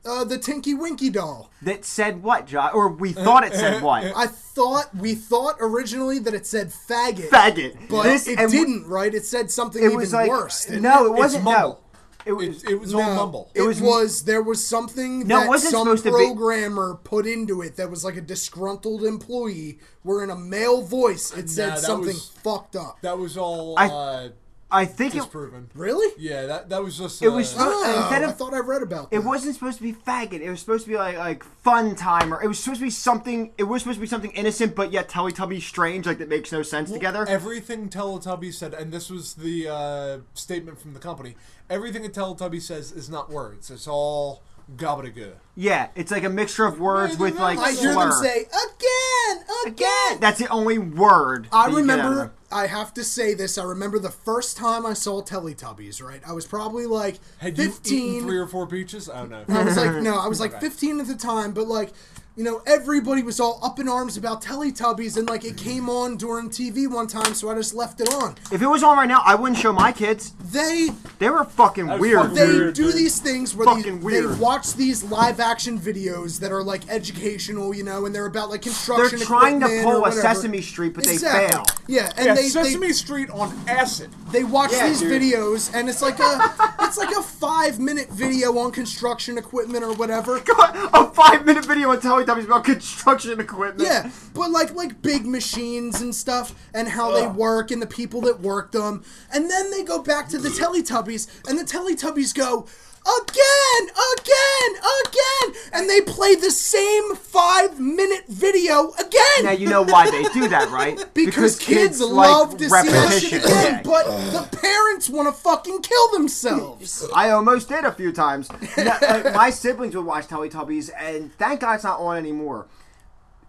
Speaker 1: uh, the Tinky Winky doll.
Speaker 2: That said what, Josh? Or we thought it said what?
Speaker 1: I thought we thought originally that it said faggot,
Speaker 2: Faggot.
Speaker 1: but
Speaker 2: This-
Speaker 1: it
Speaker 2: and we-
Speaker 1: didn't. Right? It said something
Speaker 2: It
Speaker 1: even
Speaker 2: was like
Speaker 1: worse.
Speaker 2: no, it wasn't. No,
Speaker 4: mumble.
Speaker 2: It was.
Speaker 4: It, it was old mumble.
Speaker 1: Uh, It, was,
Speaker 2: was-
Speaker 1: there was something
Speaker 2: No, it
Speaker 1: that
Speaker 2: wasn't
Speaker 1: some
Speaker 2: supposed to be-
Speaker 1: programmer put into it that was like a disgruntled employee where in a male voice it said
Speaker 4: that
Speaker 1: something
Speaker 4: was-
Speaker 1: fucked up.
Speaker 4: that was all
Speaker 2: I-
Speaker 4: uh,
Speaker 2: I think it,
Speaker 4: disproven.
Speaker 1: really?
Speaker 4: Yeah, that that was just.
Speaker 2: It
Speaker 4: uh,
Speaker 2: was-
Speaker 1: Oh,
Speaker 2: Instead of-
Speaker 1: I thought I read about that.
Speaker 2: it wasn't supposed to be faggot. It was supposed to be like like fun time, or it was supposed to be something. It was supposed to be something innocent, but yet Teletubby strange, like that makes no sense together.
Speaker 4: Everything Teletubby said, and this was the uh, statement from the company. Everything a Teletubby says is not words. It's all gobbledygook.
Speaker 2: yeah, it's like a mixture of words with like
Speaker 1: I hear
Speaker 2: slur.
Speaker 1: them say again, again.
Speaker 2: That's the only word.
Speaker 1: I
Speaker 2: that you get out of
Speaker 1: remember.
Speaker 2: them.
Speaker 1: I have to say this. I remember the first time I saw Teletubbies. Right, I was probably like
Speaker 4: Had you
Speaker 1: fifteen.
Speaker 4: eaten three or four peaches? I don't know.
Speaker 1: I was like, no, I was like 15 at the time, but like, you know, everybody was all up in arms about Teletubbies, and like it
Speaker 2: Mm-hmm.
Speaker 1: came on during TV one time, so I just left it on.
Speaker 2: If it was on right now, I wouldn't show my kids.
Speaker 1: They
Speaker 2: They were fucking
Speaker 4: was
Speaker 2: weird.
Speaker 4: fucking
Speaker 1: they
Speaker 4: Weird,
Speaker 1: do
Speaker 4: dude.
Speaker 1: these things where they,
Speaker 2: Fucking
Speaker 1: they
Speaker 2: weird.
Speaker 1: watch these live action videos that are like educational, you know, and they're about like construction.
Speaker 2: They're trying to
Speaker 1: equipment
Speaker 2: pull
Speaker 1: or
Speaker 2: a
Speaker 1: whatever.
Speaker 2: Sesame Street, but they
Speaker 1: Exactly.
Speaker 2: fail.
Speaker 1: Yeah, and
Speaker 4: yeah,
Speaker 1: they, they
Speaker 4: Sesame Street on acid.
Speaker 1: they watch
Speaker 2: Yeah,
Speaker 1: these
Speaker 2: dude.
Speaker 1: videos and it's like a it's like a five minute video on construction equipment or whatever.
Speaker 2: a five minute video on Teletubbies about construction equipment.
Speaker 1: Yeah, but like like big machines and stuff, and how they work, and the people that work them, and then they go back to the Teletubbies, and the Teletubbies go again, again, again, and they play the same five minute video again.
Speaker 2: Now you know why they do that, right?
Speaker 1: because, kids, love to see that shit again, but the parents want to fucking kill themselves.
Speaker 2: I almost did a few times. Yeah, like, my siblings would watch Teletubbies, and thank God it's not on anymore.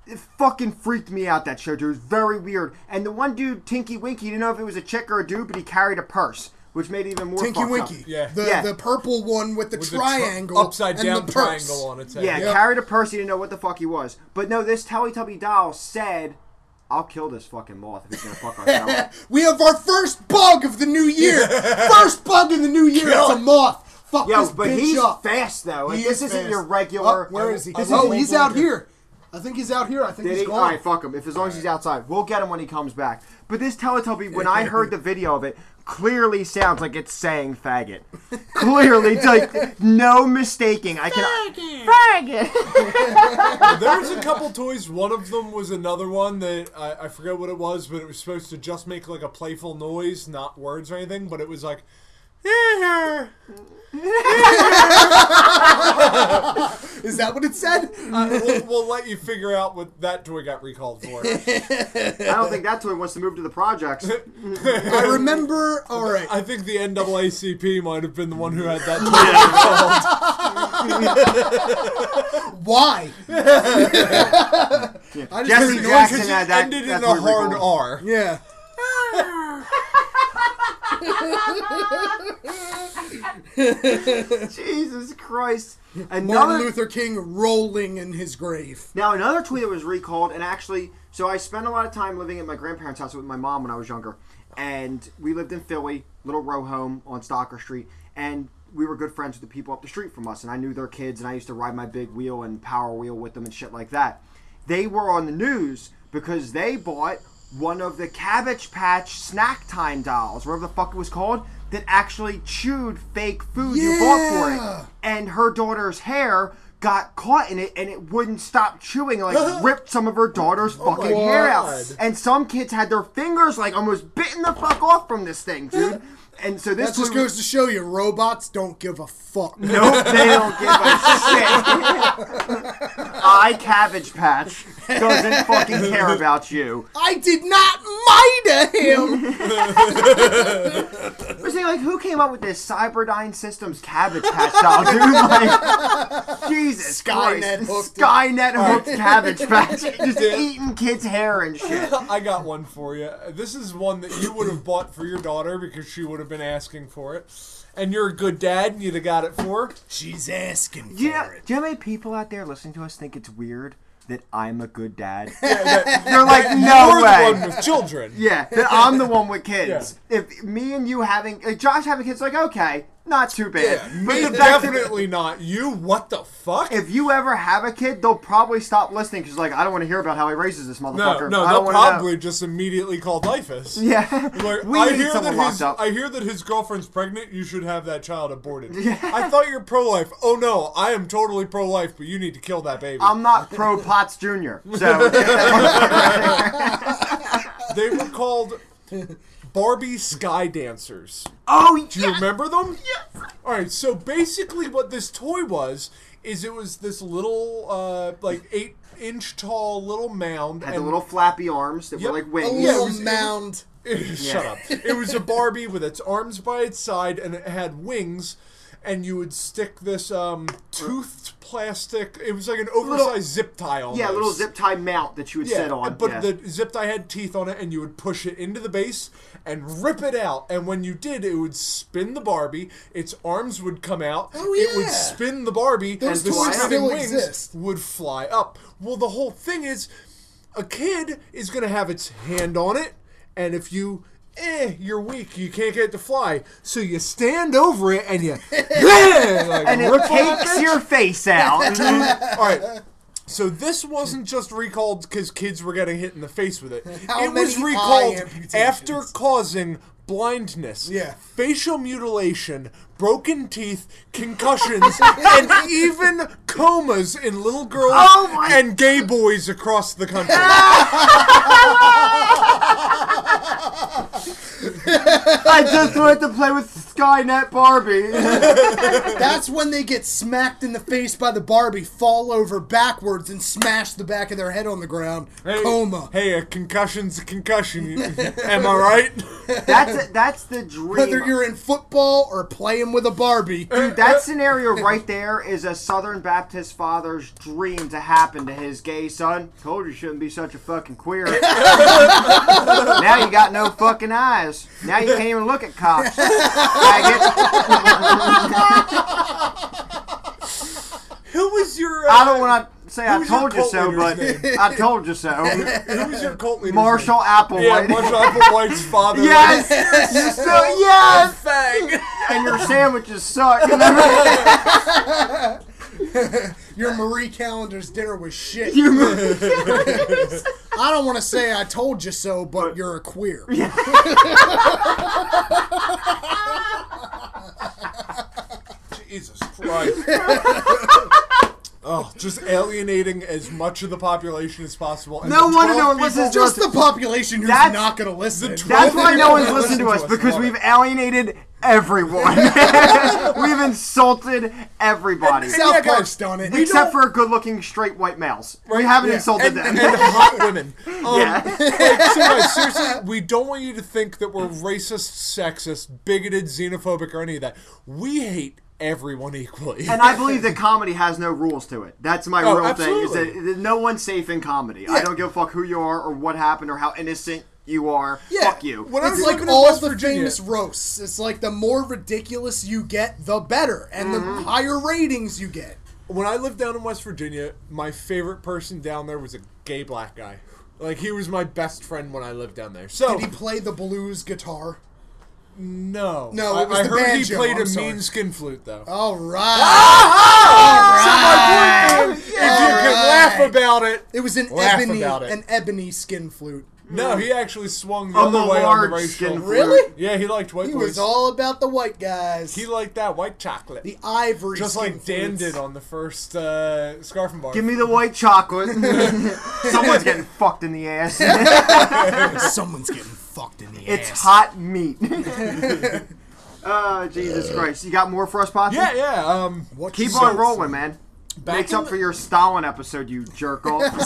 Speaker 2: It fucking freaked me out that show, dude. It was very weird. And the one dude, Tinky Winky, didn't know if it was a chick or a dude, but he carried a purse, which made it even more
Speaker 1: Tinky
Speaker 2: fucked up.
Speaker 1: Winky,
Speaker 4: Yeah.
Speaker 1: the
Speaker 2: Yeah.
Speaker 1: the purple one with the
Speaker 4: With the tr-
Speaker 1: triangle,
Speaker 4: upside
Speaker 1: and
Speaker 4: down
Speaker 1: the purse.
Speaker 4: triangle on its head.
Speaker 2: Yeah,
Speaker 1: Yeah.
Speaker 2: carried a purse. He didn't know what the fuck he was. But no, this Teletubby doll said, "I'll kill this fucking moth if he's gonna fuck our salad."
Speaker 1: We have our first bug of the new year. first bug in the new year. It's a moth. Fuck
Speaker 2: Yo,
Speaker 1: this
Speaker 2: but
Speaker 1: bitch
Speaker 2: he's
Speaker 1: up.
Speaker 2: fast though. Like,
Speaker 1: He
Speaker 2: this
Speaker 1: is
Speaker 2: isn't your
Speaker 1: fast.
Speaker 2: regular.
Speaker 1: Oh, where is he?
Speaker 4: This
Speaker 1: oh,
Speaker 4: isn't-
Speaker 1: he's out here. I think he's out here. I think
Speaker 2: Did
Speaker 1: he's
Speaker 2: he?
Speaker 1: gone.
Speaker 2: All right, fuck him. If as long as he's outside, we'll get him when he comes back. But this Teletubby, when I heard the video of it, clearly sounds like it's saying faggot. clearly, it's like no mistaking. I can faggot.
Speaker 4: There's a couple toys. One of them was another one that I, I forget what it was, but it was supposed to just make like a playful noise, not words or anything. But it was like, "Eh, "Yeah."
Speaker 1: Is that what it said?
Speaker 4: Uh, we'll, we'll let you figure out what that toy got recalled for.
Speaker 2: I don't think that's why he wants to move to the projects.
Speaker 1: I remember. All right.
Speaker 4: I think the NAACP might have been the one who had that toy recalled.
Speaker 1: Why? I just
Speaker 2: Jesse
Speaker 1: heard
Speaker 2: Jackson
Speaker 1: noises.
Speaker 2: had that.
Speaker 4: ended in
Speaker 2: that's
Speaker 4: a
Speaker 2: where we
Speaker 4: hard
Speaker 2: call
Speaker 4: R.
Speaker 1: Yeah.
Speaker 2: it. Jesus Christ!
Speaker 1: Martin
Speaker 2: Another
Speaker 1: Luther King rolling in his grave.
Speaker 2: Now another tweet that was recalled, and actually, so I spent a lot of time living at my grandparents' house with my mom when I was younger, and we lived in Philly, little row home on Stocker Street, and we were good friends with the people up the street from us, and I knew their kids, and I used to ride my big wheel and power wheel with them and shit like that. They were on the news because they bought one of the Cabbage Patch snack time dolls, whatever the fuck it was called, that actually chewed fake food you bought for it
Speaker 1: Yeah.
Speaker 2: and her daughter's hair got caught in it and it wouldn't stop chewing like ripped some of her daughter's fucking
Speaker 4: Oh my
Speaker 2: hair
Speaker 4: God.
Speaker 2: out and some kids had their fingers like almost bitten the fuck off from this thing dude and so this
Speaker 1: That just
Speaker 2: toy-
Speaker 1: goes to show you, robots don't give a fuck.
Speaker 2: Nope, they don't give a shit. I Cabbage Patch doesn't fucking care about you.
Speaker 1: I did not murder him.
Speaker 2: But see, like, who came up with this Cyberdyne Systems Cabbage Patch doll, dude? Like, Jesus
Speaker 1: Skynet
Speaker 2: Christ.
Speaker 1: hooked it.
Speaker 2: Skynet hooked Cabbage Patch. Just eating kids' hair and shit.
Speaker 4: I got one for you. This is one that you would have bought for your daughter because she would have been asking for it. And you're a good dad and you'd have got it for her.
Speaker 1: She's asking for
Speaker 2: Do you, know,
Speaker 1: it.
Speaker 2: do you know how many people out there listening to us think it's weird that I'm a good dad?
Speaker 4: that-
Speaker 2: They're like,
Speaker 4: You're
Speaker 2: no
Speaker 4: the one
Speaker 2: way.
Speaker 4: with children.
Speaker 2: Yeah, that I'm the one with kids. If me and you having, like Josh having kids, like okay, not too bad.
Speaker 4: But
Speaker 2: In fact, if-
Speaker 4: definitely not you. What the fuck?
Speaker 2: If you ever have a kid, they'll probably stop listening because, like, I don't want to hear about how he raises this
Speaker 4: no,
Speaker 2: motherfucker.
Speaker 4: no,
Speaker 2: I
Speaker 4: they'll
Speaker 2: don't wanna know.
Speaker 4: probably just immediately call Dyfus.
Speaker 2: Yeah,
Speaker 4: Like,
Speaker 2: we
Speaker 4: I
Speaker 2: need
Speaker 4: hear
Speaker 2: someone
Speaker 4: that
Speaker 2: locked
Speaker 4: his,
Speaker 2: up.
Speaker 4: I hear that his girlfriend's pregnant. You should have that child aborted. I thought you're pro-life. Oh no, I am totally pro-life, but you need to kill that baby.
Speaker 2: I'm not pro Potts Jr. So
Speaker 4: they were called Barbie Sky Dancers.
Speaker 2: oh,
Speaker 4: Do you remember them? Yes. All right. So basically, what this toy was is it was this little, uh, like eight inch tall little mound.
Speaker 2: had the
Speaker 4: and-
Speaker 2: little flappy arms that
Speaker 4: Yep. Oh,
Speaker 2: were like
Speaker 1: A
Speaker 2: wings.
Speaker 4: Yeah, it
Speaker 1: little
Speaker 4: was-
Speaker 1: mound.
Speaker 4: Shut up. It was a Barbie with its arms by its side and it had wings. And you would stick this um, toothed plastic. It was like an oversized zip tie on.
Speaker 2: Yeah, a little zip tie mount that you would set on.
Speaker 4: But
Speaker 2: yeah.
Speaker 4: the zip tie had teeth on it, and you would push it into the base and rip it out. And when you did, it would spin the Barbie. Its arms would come out.
Speaker 1: Oh,
Speaker 4: It would
Speaker 1: yeah.
Speaker 4: spin the Barbie.
Speaker 1: Those
Speaker 2: toys
Speaker 4: spinning
Speaker 1: still
Speaker 4: wings
Speaker 1: exist.
Speaker 4: Would fly up. Well, the whole thing is, a kid is going to have its hand on it, and if you. Eh, you're weak. You can't get it to fly. So you stand over it and you, yeah, like
Speaker 2: and
Speaker 4: rip
Speaker 2: it
Speaker 4: off
Speaker 2: takes your face out.
Speaker 4: all right. So this wasn't just recalled because kids were getting hit in the face with it.
Speaker 1: How
Speaker 4: it was
Speaker 1: many eye
Speaker 4: recalled
Speaker 1: amputations?
Speaker 4: after causing blindness,
Speaker 1: Yeah.
Speaker 4: facial mutilation, broken teeth, concussions, and even comas in little girls
Speaker 2: Oh my-
Speaker 4: and gay boys across the country.
Speaker 2: I just wanted to play with Skynet Barbie.
Speaker 1: That's when they get smacked in the face by the Barbie, fall over backwards, and smash the back of their head on the ground.
Speaker 4: Hey-
Speaker 1: Coma.
Speaker 4: Hey, a concussion's a concussion. Am I right?
Speaker 2: that's that's the dream.
Speaker 1: Whether you're in football or playing with a Barbie.
Speaker 2: Dude, that scenario right there is a Southern Baptist father's dream to happen to his gay son. Told you shouldn't be such a fucking queer. now you got no fucking eyes. Now you can't even look at cops. Faggot.
Speaker 4: Who was your? Uh,
Speaker 2: I don't want to say I
Speaker 4: Who's your
Speaker 2: told you
Speaker 4: cult
Speaker 2: so, but
Speaker 4: leader's
Speaker 2: I told you so.
Speaker 4: Who was your cult leader?
Speaker 2: Marshall
Speaker 4: Yeah,
Speaker 2: Applewhite.
Speaker 4: Marshall Applewhite's father.
Speaker 2: yes, you still yes. And your sandwiches suck.
Speaker 1: Your Marie Callender's dinner was shit. I don't want to say I told you so, but you're a queer.
Speaker 4: Jesus Christ. oh, just alienating as much of the population as possible. And
Speaker 2: No
Speaker 4: the
Speaker 2: one to
Speaker 4: 12
Speaker 2: know
Speaker 4: people-
Speaker 2: listens to
Speaker 1: Just the population who's
Speaker 2: That's-
Speaker 1: not going to listen.
Speaker 2: That's why no one's
Speaker 4: Listen
Speaker 2: listened to
Speaker 4: to
Speaker 2: us
Speaker 4: us,
Speaker 2: because
Speaker 4: love
Speaker 2: we've
Speaker 4: it.
Speaker 2: alienated everyone. we've insulted everybody
Speaker 1: South
Speaker 4: Yeah, guys,
Speaker 1: Park's done it.
Speaker 4: we
Speaker 2: except
Speaker 4: don't-
Speaker 2: for good-looking straight white males. We haven't insulted
Speaker 4: and,
Speaker 2: them.
Speaker 4: and hot women. Um,
Speaker 2: Yeah.
Speaker 4: like, so guys, seriously, we don't want you to think that we're racist, sexist, bigoted, xenophobic, or any of that. We hate everyone equally.
Speaker 2: And I believe that comedy has no rules to it. That's my
Speaker 4: Oh,
Speaker 2: real thing. Is that-
Speaker 4: absolutely.
Speaker 2: that no one's safe in comedy. I don't give a fuck who you are or what happened or how innocent you are.
Speaker 1: Yeah.
Speaker 2: Fuck you.
Speaker 4: When I
Speaker 1: It's
Speaker 4: was
Speaker 1: like
Speaker 4: living in
Speaker 1: all
Speaker 4: West
Speaker 1: the
Speaker 4: Virginia-
Speaker 1: famous roasts. It's like the more ridiculous you get, the better, and
Speaker 2: Mm-hmm.
Speaker 1: the higher ratings you get.
Speaker 4: when I lived down in West Virginia, my favorite person down there was a gay black guy. Like he was my best friend when I lived down there. So
Speaker 1: Did he play the blues guitar?
Speaker 4: No.
Speaker 1: No,
Speaker 4: I,
Speaker 1: it was
Speaker 4: I
Speaker 1: the
Speaker 4: heard he
Speaker 1: banjo,
Speaker 4: played
Speaker 1: I'm
Speaker 4: a
Speaker 1: sorry. Oh,
Speaker 4: mean skin flute though.
Speaker 1: All right.
Speaker 4: if you can laugh about it.
Speaker 1: It was an
Speaker 4: Laugh
Speaker 1: ebony,
Speaker 4: about it.
Speaker 1: an ebony skin flute.
Speaker 4: No, he actually swung the
Speaker 2: On the
Speaker 4: other way on the
Speaker 2: large
Speaker 4: racial.
Speaker 2: skin
Speaker 1: Really?
Speaker 4: Yeah, he liked white
Speaker 1: He
Speaker 4: boys.
Speaker 1: was all about the white guys.
Speaker 4: he liked that white chocolate.
Speaker 1: the ivory.
Speaker 4: just
Speaker 1: skin
Speaker 4: like Dan
Speaker 1: flutes.
Speaker 4: did on the first uh, Scarf and Bar.
Speaker 2: Give me the white chocolate. Someone's getting fucked in the ass.
Speaker 1: Someone's getting fucked in the
Speaker 2: It's
Speaker 1: ass.
Speaker 2: hot meat. oh Jesus Christ! You got more for us, Potsy?
Speaker 4: Yeah, yeah. Um,
Speaker 1: What
Speaker 2: Keep
Speaker 1: you
Speaker 2: on
Speaker 1: say?
Speaker 2: rolling, man. Makes
Speaker 4: in
Speaker 2: up
Speaker 4: the-
Speaker 2: for your Stalin episode, you jerk off.
Speaker 4: you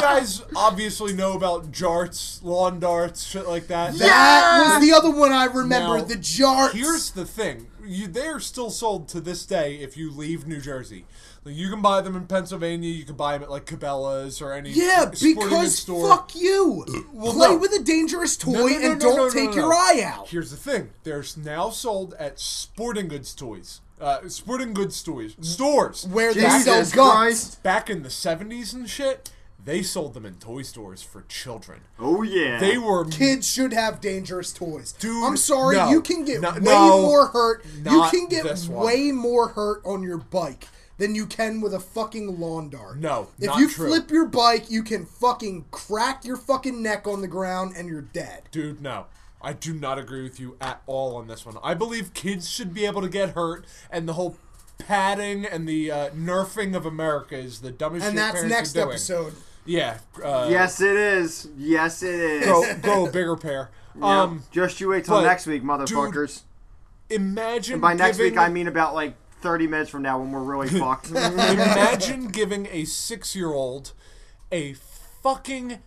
Speaker 4: guys obviously know about jarts, lawn darts, shit like that.
Speaker 1: That was the other one I remember.
Speaker 4: Now,
Speaker 1: the jar.
Speaker 4: Here's the thing: you, they are still sold to this day. If you leave New Jersey, like, you can buy them in Pennsylvania. You can buy them at like Cabela's or any
Speaker 1: Yeah,
Speaker 4: sporting goods
Speaker 1: because
Speaker 4: store.
Speaker 1: fuck you. Play
Speaker 4: no.
Speaker 1: with a dangerous toy
Speaker 4: No, no, no,
Speaker 1: and
Speaker 4: no,
Speaker 1: don't
Speaker 4: no, no,
Speaker 1: take
Speaker 4: no.
Speaker 1: your eye out.
Speaker 4: Here's the thing: they're s- now sold at sporting goods toys, uh, sporting goods stores, stores.
Speaker 1: Where they
Speaker 2: Jesus
Speaker 1: sell guns.
Speaker 2: Christ.
Speaker 4: back in the '70s and shit, They sold them in toy stores for children.
Speaker 2: Oh yeah.
Speaker 4: They were
Speaker 1: Kids should have dangerous toys.
Speaker 4: Dude,
Speaker 1: I'm sorry,
Speaker 4: no.
Speaker 1: you can get
Speaker 4: No-
Speaker 1: way
Speaker 4: no,
Speaker 1: more hurt. You
Speaker 4: not
Speaker 1: can get
Speaker 4: this one.
Speaker 1: way more hurt on your bike than you can with a fucking lawn dart.
Speaker 4: No,
Speaker 1: if
Speaker 4: not
Speaker 1: you
Speaker 4: true.
Speaker 1: flip your bike, you can fucking crack your fucking neck on the ground and you're dead.
Speaker 4: Dude, no. I do not agree with you at all on this one. I believe kids should be able to get hurt, and the whole padding and the uh, nerfing of America is the dumbest
Speaker 1: And
Speaker 4: shit
Speaker 1: that's
Speaker 4: parents are
Speaker 1: next
Speaker 4: doing.
Speaker 1: episode.
Speaker 4: Yeah. Uh,
Speaker 2: yes, it is. Yes, it is.
Speaker 4: Grow, grow a bigger pair. Um,
Speaker 2: Just you wait till
Speaker 4: but,
Speaker 2: next week,
Speaker 4: dude,
Speaker 2: motherfuckers.
Speaker 4: imagine
Speaker 2: By next
Speaker 4: giving,
Speaker 2: week, I mean about like 30 minutes from now when we're really fucked.
Speaker 4: imagine giving a six-year-old a fucking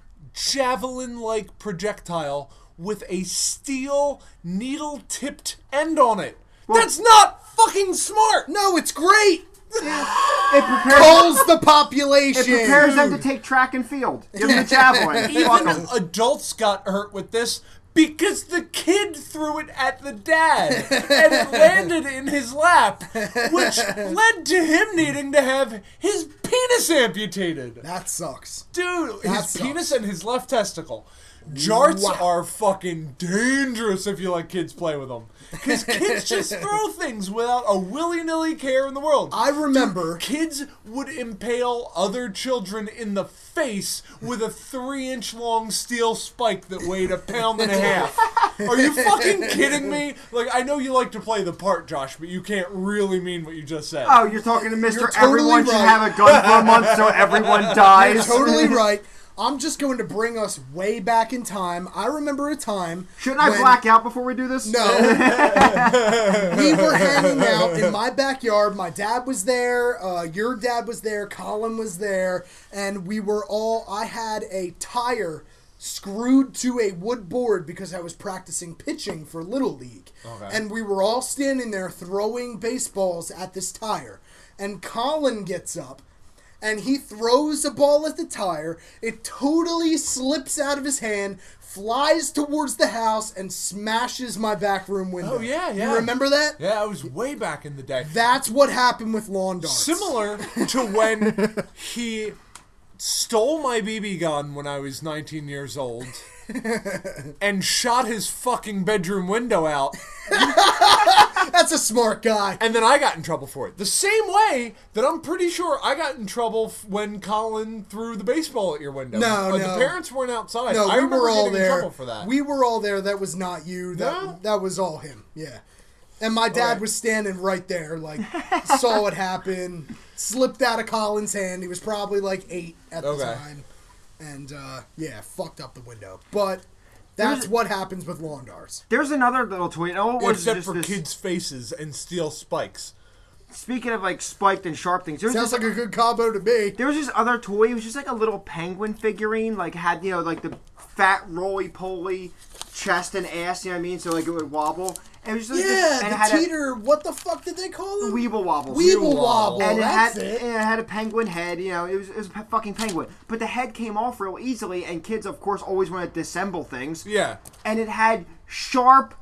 Speaker 4: javelin-like projectile with a steel needle-tipped end on it. That's not fucking smart.
Speaker 1: No, it's great.
Speaker 2: It prepares,
Speaker 1: Calls the population.
Speaker 2: it prepares them to take track and field. Give them a javelin. Fuck
Speaker 4: Even
Speaker 2: 'em.
Speaker 4: adults got hurt with this because the kid threw it at the dad and it landed in his lap, which led to him needing to have his penis amputated.
Speaker 1: that sucks.
Speaker 4: Dude,
Speaker 1: That
Speaker 4: his
Speaker 1: sucks.
Speaker 4: penis and his left testicle. Jarts
Speaker 1: Wow.
Speaker 4: are fucking dangerous if you let kids play with them. Because kids just throw things without a willy nilly care in the world.
Speaker 1: I remember.
Speaker 4: Kids would impale other children in the face with a three inch long steel spike that weighed a pound and a half. Are you fucking kidding me? Like, I know you like to play the part, Josh, but you can't really mean what you just said.
Speaker 2: Oh, you're talking to mister
Speaker 1: You're totally
Speaker 2: everyone should
Speaker 1: right.
Speaker 2: have a gun for a month so everyone dies.
Speaker 1: totally right. I'm just going to bring us way back in time. I remember a time.
Speaker 2: Shouldn't I
Speaker 1: when-
Speaker 2: black out before we do this?
Speaker 1: No. we were hanging out in my backyard. My dad was there. Uh, your dad was there. Colin was there. And we were all, I had a tire screwed to a wood board because I was practicing pitching for Little League. And we were all standing there throwing baseballs at this tire. And Colin gets up and he throws a ball at the tire. It totally slips out of his hand, flies towards the house, and smashes my back room window.
Speaker 4: Oh, yeah, yeah.
Speaker 1: You remember that?
Speaker 4: Yeah, it was way back in the day.
Speaker 1: That's what happened with lawn darts.
Speaker 4: Similar to when he stole my BB gun when I was 19 years old and shot his fucking bedroom window out.
Speaker 1: That's a smart guy.
Speaker 4: And then I got in trouble for it. The same way that I'm pretty sure I got in trouble f- when Colin threw the baseball at your window.
Speaker 1: No, no.
Speaker 4: Uh, The parents weren't outside.
Speaker 1: No, we
Speaker 4: I remember
Speaker 1: were all
Speaker 4: getting in
Speaker 1: there.
Speaker 4: trouble for that.
Speaker 1: We were all there. That was not you. That
Speaker 4: No?
Speaker 1: that was all him. Yeah. And my dad
Speaker 4: Alright.
Speaker 1: was standing right there, like saw it happen, slipped out of Colin's hand. He was probably like eight at the
Speaker 4: Okay.
Speaker 1: time, and uh, yeah, fucked up the window. But that's what happens with lawn darts.
Speaker 2: There's another little tweet. Oh, it was
Speaker 4: Except
Speaker 2: just
Speaker 4: for
Speaker 2: this-
Speaker 4: kids' faces and steel spikes.
Speaker 2: Speaking of like spiked and sharp things, there's
Speaker 1: Sounds
Speaker 2: this,
Speaker 1: like a good combo to me.
Speaker 2: there was this other toy. It was just like a little penguin figurine. Like had you know like the fat roly poly chest and ass. You know what I mean? So like it would wobble. And it was just like this, and it
Speaker 1: Yeah,
Speaker 2: had
Speaker 1: the teeter. what the fuck did they call
Speaker 2: a
Speaker 1: him?
Speaker 2: weeble wobble.
Speaker 1: Weeble wobble.
Speaker 2: and it
Speaker 1: that's
Speaker 2: had
Speaker 1: it.
Speaker 2: and it had a penguin head. You know, it was it was a pe- fucking penguin. But the head came off real easily, and kids, of course, always want to disassemble things.
Speaker 4: Yeah.
Speaker 2: and it had sharp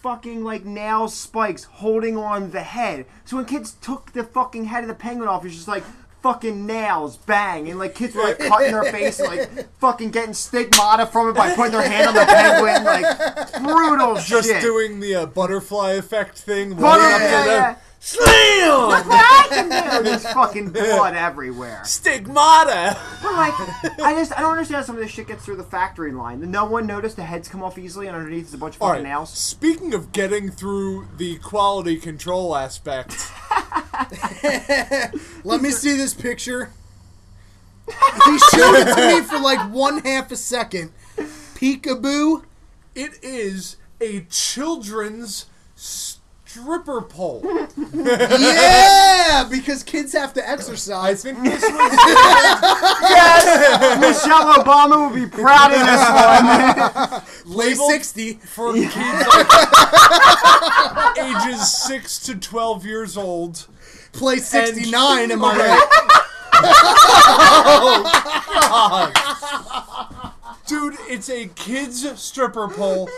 Speaker 2: fucking like nail spikes holding on the head. So when kids took the fucking head of the penguin off, it was just like fucking nails, bang, and like kids were like cutting their face, like fucking getting stigmata from it by putting their hand on the penguin, like brutal
Speaker 4: Just
Speaker 2: shit.
Speaker 4: doing the uh, butterfly effect thing.
Speaker 2: Butter-
Speaker 4: running up to
Speaker 2: yeah,
Speaker 4: them.
Speaker 2: yeah.
Speaker 4: Slam!
Speaker 2: I can do there's fucking blood everywhere.
Speaker 4: Stigmata!
Speaker 2: But like, I just I don't understand how some of this shit gets through the factory line. No one noticed the heads come off easily, and underneath is a bunch of
Speaker 4: All
Speaker 2: fucking
Speaker 4: right.
Speaker 2: nails.
Speaker 4: Speaking of getting through the quality control aspect,
Speaker 1: Let me see this picture. He showed it to me for like one half a second. Peekaboo.
Speaker 4: it is a children's stripper pole.
Speaker 1: Yeah, because kids have to
Speaker 4: I
Speaker 1: exercise.
Speaker 4: think this was
Speaker 2: Michelle Obama would be proud of this one.
Speaker 1: Play
Speaker 4: labeled
Speaker 1: sixty.
Speaker 4: for kids like ages six to twelve years old.
Speaker 1: Play sixty nine. Am I right?
Speaker 4: Dude, it's a kid's stripper pole.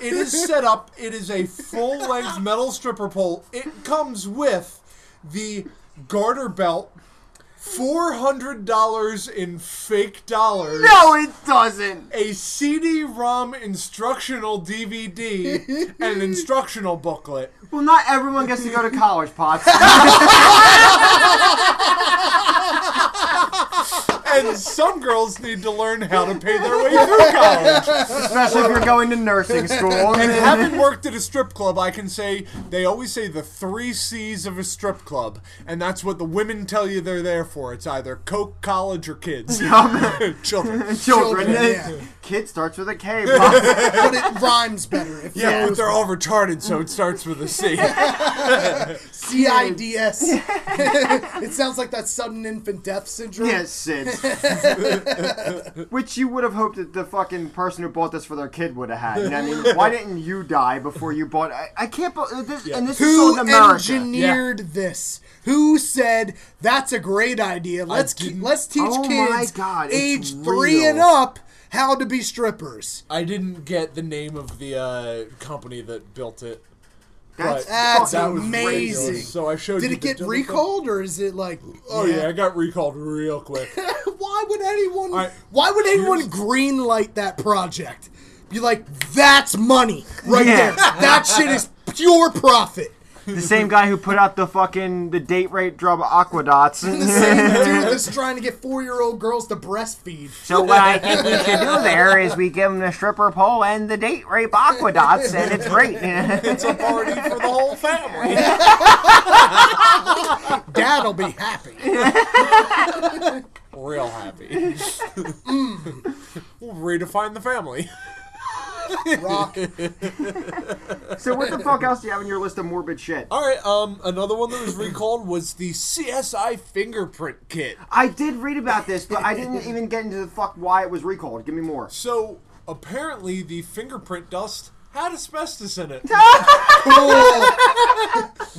Speaker 4: It is set up. It is a full length metal stripper pole. It comes with the garter belt four hundred dollars in fake dollars.
Speaker 2: No, it doesn't.
Speaker 4: a CD-ROM instructional DVD and an instructional booklet.
Speaker 2: Well, not everyone gets to go to college, Potts.
Speaker 4: And some girls need to learn how to pay their way through college.
Speaker 2: Especially if you're going to nursing school.
Speaker 4: And having worked at a strip club, I can say they always say the three C's of a strip club, and that's what the women tell you they're there for. It's either coke, college, or kids, children.
Speaker 2: Children.
Speaker 1: Children, yeah.
Speaker 2: Kid starts with a K, Potts.
Speaker 1: but it rhymes better. If
Speaker 4: Yeah,
Speaker 1: you
Speaker 4: but
Speaker 1: use
Speaker 4: they're all retarded, so it starts with a C.
Speaker 1: CIDS. it sounds like that sudden infant death syndrome.
Speaker 2: Yes, Sid. Which you would have hoped that the fucking person who bought this for their kid would have had. And I mean, why didn't you die before you bought? I, I can't. bel this, And this is sold
Speaker 1: Who
Speaker 2: in America.
Speaker 1: engineered this? Who said that's a great idea? Let's keep,
Speaker 4: didn't-
Speaker 1: let's teach
Speaker 2: Oh my
Speaker 1: kids
Speaker 2: God, it's
Speaker 1: age three
Speaker 2: real.
Speaker 1: and up how to be strippers.
Speaker 4: I didn't get the name of the uh, company that built it.
Speaker 2: That's,
Speaker 1: That's
Speaker 2: fucking
Speaker 4: was
Speaker 1: amazing.
Speaker 4: ridiculous. So I showed
Speaker 1: Did
Speaker 4: Oh, you
Speaker 1: it
Speaker 4: the
Speaker 1: get
Speaker 4: dumb-
Speaker 1: recalled or is it like?
Speaker 4: Oh yeah, I got recalled real quick.
Speaker 1: why would anyone?
Speaker 4: All right,
Speaker 1: why would anyone
Speaker 4: here's-
Speaker 1: green light that project? Be like, that's money right
Speaker 2: Yeah.
Speaker 1: there. That shit is pure profit.
Speaker 2: The same guy who put out the fucking the date rate drug
Speaker 1: The
Speaker 2: aquadots.
Speaker 1: same dude that's trying to get four-year-old girls to breastfeed.
Speaker 2: so what I think we should do there is we give him the stripper pole and the date rape aquadots, and it's great.
Speaker 4: It's a party for the whole family.
Speaker 1: Dad'll be happy.
Speaker 4: Real happy. we'll redefine the family.
Speaker 1: Rock.
Speaker 2: so what the fuck else do you have on your list of morbid shit?
Speaker 4: All right. Um, another one that was recalled was the CSI fingerprint kit.
Speaker 2: I did read about this, but I didn't even get into the fuck why it was recalled. Give me more.
Speaker 4: So apparently, the fingerprint dust had asbestos in it.
Speaker 1: Cool.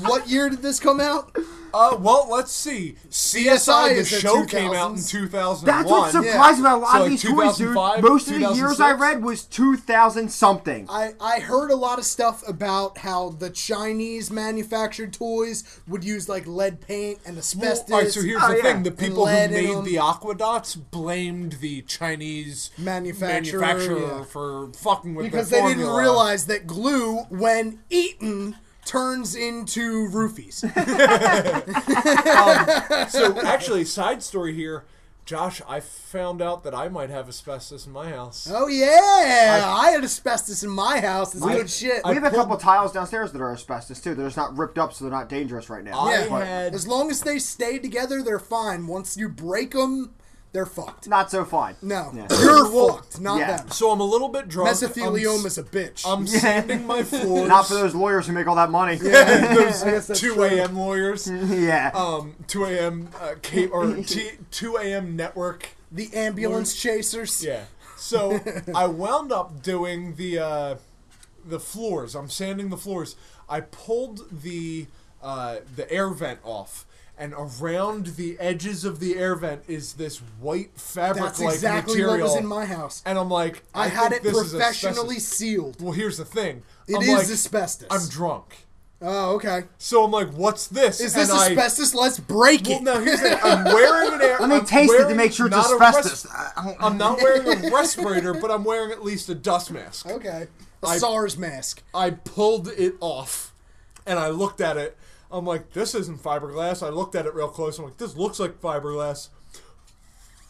Speaker 1: what year did this come out?
Speaker 4: Uh, well, let's see. CSI, the
Speaker 1: is the
Speaker 4: show came out in
Speaker 1: 2000s.
Speaker 4: 2001.
Speaker 2: That's what
Speaker 1: yeah.
Speaker 2: surprised me about a lot
Speaker 4: So,
Speaker 2: of
Speaker 4: like,
Speaker 2: these toys, dude.
Speaker 4: 2005,
Speaker 2: Most of the years I
Speaker 4: 2006?
Speaker 2: read was 2000 something.
Speaker 1: I, I heard a lot of stuff about how the Chinese manufactured toys would use like lead paint and
Speaker 4: Well,
Speaker 1: asbestos.
Speaker 4: all right, so here's
Speaker 2: Oh,
Speaker 4: the
Speaker 2: yeah.
Speaker 4: thing: the people who
Speaker 1: lead in
Speaker 4: made
Speaker 1: them.
Speaker 4: the aquadots blamed the Chinese
Speaker 1: Manufacturer,
Speaker 4: manufacturer
Speaker 1: yeah.
Speaker 4: for fucking with
Speaker 1: because
Speaker 4: their
Speaker 1: they didn't
Speaker 4: formula.
Speaker 1: realize that glue, when eaten, turns into roofies.
Speaker 4: Um, So actually, side story here, Josh, I found out that I might have asbestos in my house.
Speaker 1: oh yeah, I, had asbestos in my house. It's good shit.
Speaker 2: we have
Speaker 4: I
Speaker 2: a
Speaker 4: pulled-
Speaker 2: couple tiles downstairs that are asbestos too. They're just not ripped up, so they're not dangerous right now.
Speaker 4: I
Speaker 1: yeah,
Speaker 4: had-
Speaker 1: as long as they stay together, they're fine. Once you break them, they're fucked.
Speaker 2: Not so fine.
Speaker 1: No,
Speaker 2: Yeah.
Speaker 1: you're fucked, not
Speaker 2: yeah.
Speaker 1: them.
Speaker 4: So I'm a little bit drunk.
Speaker 1: Mesothelioma's a bitch.
Speaker 4: I'm, I'm sanding my floors.
Speaker 2: Not for those lawyers who make all that money.
Speaker 4: those
Speaker 1: I guess that's
Speaker 4: two
Speaker 1: true.
Speaker 4: a.m. lawyers.
Speaker 2: yeah.
Speaker 4: Um, two a.m. Uh, K- or T- two a.m. network.
Speaker 1: the ambulance chasers.
Speaker 4: Yeah. So I wound up doing the uh, the floors. I'm sanding the floors. I pulled the uh, the air vent off. And around the edges of the air vent is this white
Speaker 1: That's
Speaker 4: fabric-like
Speaker 1: exactly
Speaker 4: material.
Speaker 1: what was in my house.
Speaker 4: And I'm like,
Speaker 1: I,
Speaker 4: I,
Speaker 1: had
Speaker 4: think
Speaker 1: it
Speaker 4: this is
Speaker 1: professionally
Speaker 4: asbestos.
Speaker 1: sealed.
Speaker 4: Well, here's the thing.
Speaker 1: It
Speaker 4: I'm
Speaker 1: is
Speaker 4: like,
Speaker 1: asbestos.
Speaker 4: I'm drunk,
Speaker 1: oh, okay.
Speaker 4: so I'm like, what's this?
Speaker 1: Is this
Speaker 4: And I-
Speaker 1: asbestos? Let's break
Speaker 4: well,
Speaker 1: it.
Speaker 4: no, here's the thing. I'm wearing an air.
Speaker 2: Let me
Speaker 4: I'm
Speaker 2: taste it to
Speaker 4: wearing
Speaker 2: make sure it's
Speaker 4: not a
Speaker 2: asbestos.
Speaker 4: res-
Speaker 2: I- I don't-
Speaker 4: I'm not wearing a respirator, but I'm wearing at least a dust mask.
Speaker 1: Okay. A
Speaker 4: I-
Speaker 1: SARS mask.
Speaker 4: I pulled it off, and I looked at it. I'm like, this isn't fiberglass. I looked at it real close. I'm like, this looks like fiberglass.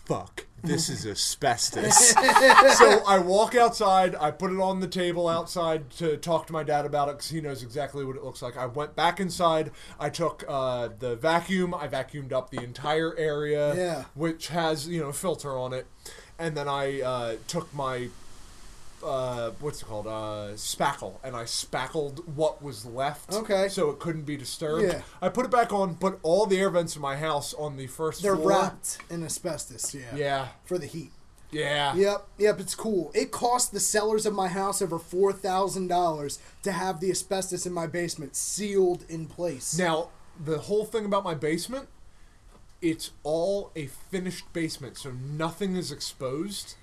Speaker 4: Fuck. This is asbestos. so I walk outside. I put it on the table outside to talk to my dad about it because he knows exactly what it looks like. I went back inside. I took uh, the vacuum. I vacuumed up the entire area,
Speaker 1: Yeah.
Speaker 4: which has you know a filter on it. And then I uh, took my uh, what's it called? Uh, spackle, and I spackled what was left.
Speaker 1: Okay.
Speaker 4: So it couldn't be disturbed.
Speaker 1: Yeah.
Speaker 4: I put it back on, but all the air vents in my house on the 1st
Speaker 1: They're
Speaker 4: floor.
Speaker 1: wrapped in asbestos. Yeah.
Speaker 4: Yeah. Ah.
Speaker 1: For the heat.
Speaker 4: Yeah.
Speaker 1: Yep, yep, it's cool. It cost the sellers of my house over four thousand dollars to have the asbestos in my basement sealed in place.
Speaker 4: Now the whole thing about my basement, it's all a finished basement, so nothing is exposed.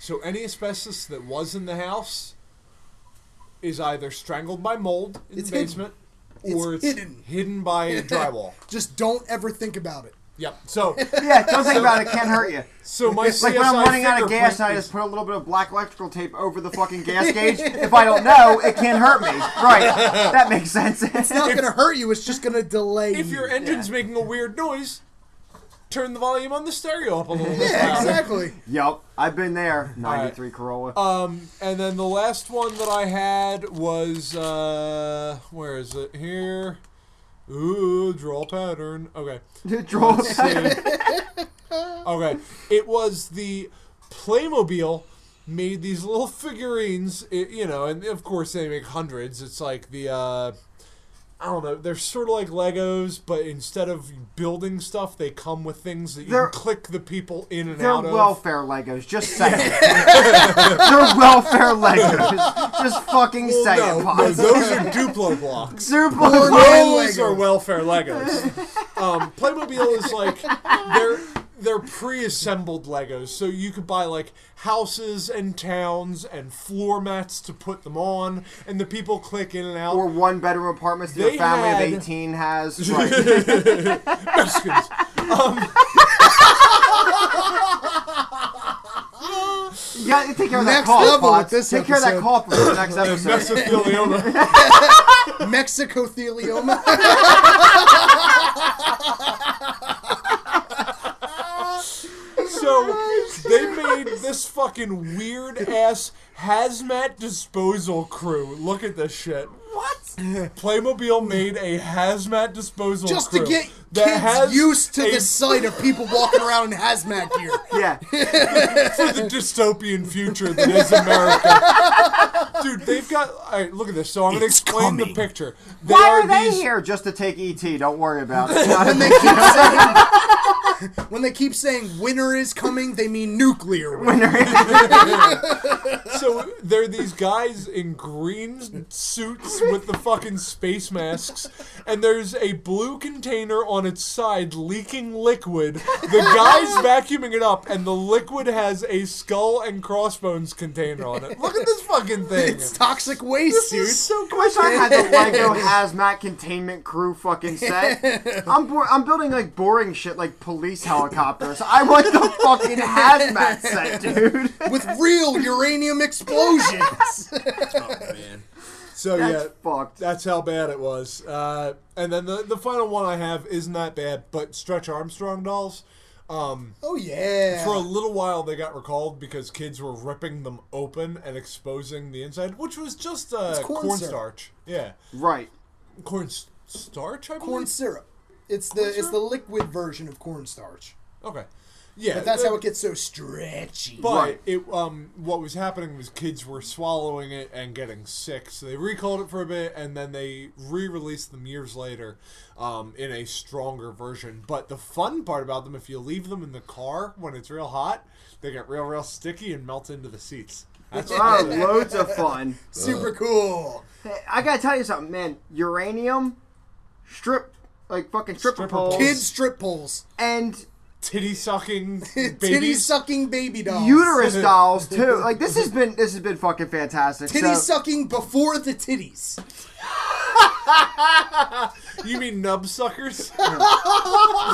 Speaker 4: So any asbestos that was in the house is either strangled by mold in
Speaker 1: It's
Speaker 4: the
Speaker 1: hidden.
Speaker 4: basement,
Speaker 1: It's
Speaker 4: or it's,
Speaker 1: hidden.
Speaker 4: hidden by drywall.
Speaker 1: Just don't ever think about it.
Speaker 4: Yep. So,
Speaker 2: Yeah, don't think about it. It can't hurt you.
Speaker 4: so my CSI
Speaker 2: Like when I'm running out of gas and I
Speaker 4: fingerprint
Speaker 2: just put a little bit of black electrical tape over the fucking gas gauge. If I don't know, it can't hurt me. Right. That makes sense.
Speaker 1: It's not going to hurt you. It's just going to delay.
Speaker 4: is- if
Speaker 1: you.
Speaker 4: your engine's making a weird noise, turn the volume on the stereo up a little bit.
Speaker 1: yeah,
Speaker 4: louder.
Speaker 1: exactly.
Speaker 2: Yup, I've been there. 93 Corolla.
Speaker 4: And then the last one that I had was uh, where is it here? Ooh, draw pattern. Okay,
Speaker 2: Draw
Speaker 4: okay. It was the Playmobil made these little figurines. It, you know, and of course they make hundreds. It's like the uh, I don't know. They're sort of like Legos, but instead of building stuff, they come with things that you
Speaker 2: They're-
Speaker 4: can click the people in and
Speaker 2: They're
Speaker 4: out of.
Speaker 2: welfare Legos. Just say it. They're welfare Legos. Just fucking
Speaker 4: Well,
Speaker 2: say
Speaker 4: no,
Speaker 2: it,
Speaker 4: no,
Speaker 2: Pops.
Speaker 4: those are Duplo blocks.
Speaker 2: Super
Speaker 4: Those
Speaker 1: Legos.
Speaker 4: are welfare Legos. Um, Playmobil is like they're they're pre-assembled Legos, so you could buy like houses and towns and floor mats to put them on, and the people click in and out.
Speaker 2: or one bedroom apartments that
Speaker 4: They
Speaker 2: a family
Speaker 4: had-
Speaker 2: of 18 has. Right.
Speaker 4: Mexicans.
Speaker 2: You gotta take care of that
Speaker 1: Next
Speaker 2: cough,
Speaker 1: level with
Speaker 2: Pops.
Speaker 1: this
Speaker 2: Take care of that
Speaker 1: episode.
Speaker 2: cough for the next episode.
Speaker 4: Mesothelioma.
Speaker 1: Mexicothelioma.
Speaker 4: So they made this fucking weird ass hazmat disposal crew. Look at this shit.
Speaker 2: What?
Speaker 4: Playmobil made a hazmat disposal
Speaker 1: just
Speaker 4: crew
Speaker 1: to get
Speaker 4: that
Speaker 1: kids
Speaker 4: has
Speaker 1: used to
Speaker 4: a
Speaker 1: the sight of people walking around in hazmat gear.
Speaker 2: Yeah.
Speaker 4: for the dystopian future that is America. Dude, they've got. All right, look at this. So I'm going to
Speaker 1: It's
Speaker 4: explain the
Speaker 1: coming.
Speaker 4: picture. They
Speaker 2: Why are they
Speaker 4: these-
Speaker 2: here? Just to take ET. Don't worry about it.
Speaker 1: When they keep saying, when they keep saying winter is coming, they mean nuclear. Winter.
Speaker 4: So they're these guys in green suits with the fucking space masks, and there's a blue container on its side leaking liquid. The guy's vacuuming it up, and the liquid has a skull and crossbones container on it. Look at this fucking thing.
Speaker 1: It's toxic waste,
Speaker 4: This is
Speaker 1: dude.
Speaker 4: so
Speaker 2: I wish I had the Lego hazmat containment crew fucking set. I'm bor- I'm building like boring shit like police helicopters. I want the fucking hazmat set, dude.
Speaker 1: With real uranium explosions.
Speaker 4: man. So
Speaker 2: That's
Speaker 4: yeah,
Speaker 2: fucked.
Speaker 4: That's how bad it was. Uh, and then the the final one I have isn't that bad, but Stretch Armstrong dolls. Um,
Speaker 1: oh yeah.
Speaker 4: for a little while, they got recalled because kids were ripping them open and exposing the inside, which was just uh,
Speaker 1: corn
Speaker 4: cornstarch. Yeah,
Speaker 2: Right.
Speaker 4: corn s- starch. I believe.
Speaker 1: corn syrup. It's the it's the liquid version of cornstarch.
Speaker 4: okay. Yeah,
Speaker 1: But that's
Speaker 4: uh,
Speaker 1: how it gets so stretchy.
Speaker 4: But
Speaker 2: Right.
Speaker 4: it um what was happening was kids were swallowing it and getting sick, so they recalled it for a bit, and then they re-released them years later, um, in a stronger version. But the fun part about them, if you leave them in the car when it's real hot, they get real real sticky and melt into the seats. That's
Speaker 2: Oh, loads of fun.
Speaker 1: Super cool.
Speaker 2: I gotta tell you something, man. Uranium, strip, like fucking stripper
Speaker 4: Stripper
Speaker 2: poles,
Speaker 1: Kid strip poles.
Speaker 2: and
Speaker 4: titty sucking
Speaker 1: Titty
Speaker 4: babies.
Speaker 1: sucking baby dolls.
Speaker 2: uterus dolls too. Like this has been this has been fucking fantastic.
Speaker 1: Titty
Speaker 2: So-
Speaker 1: sucking before the titties.
Speaker 4: you mean nub suckers?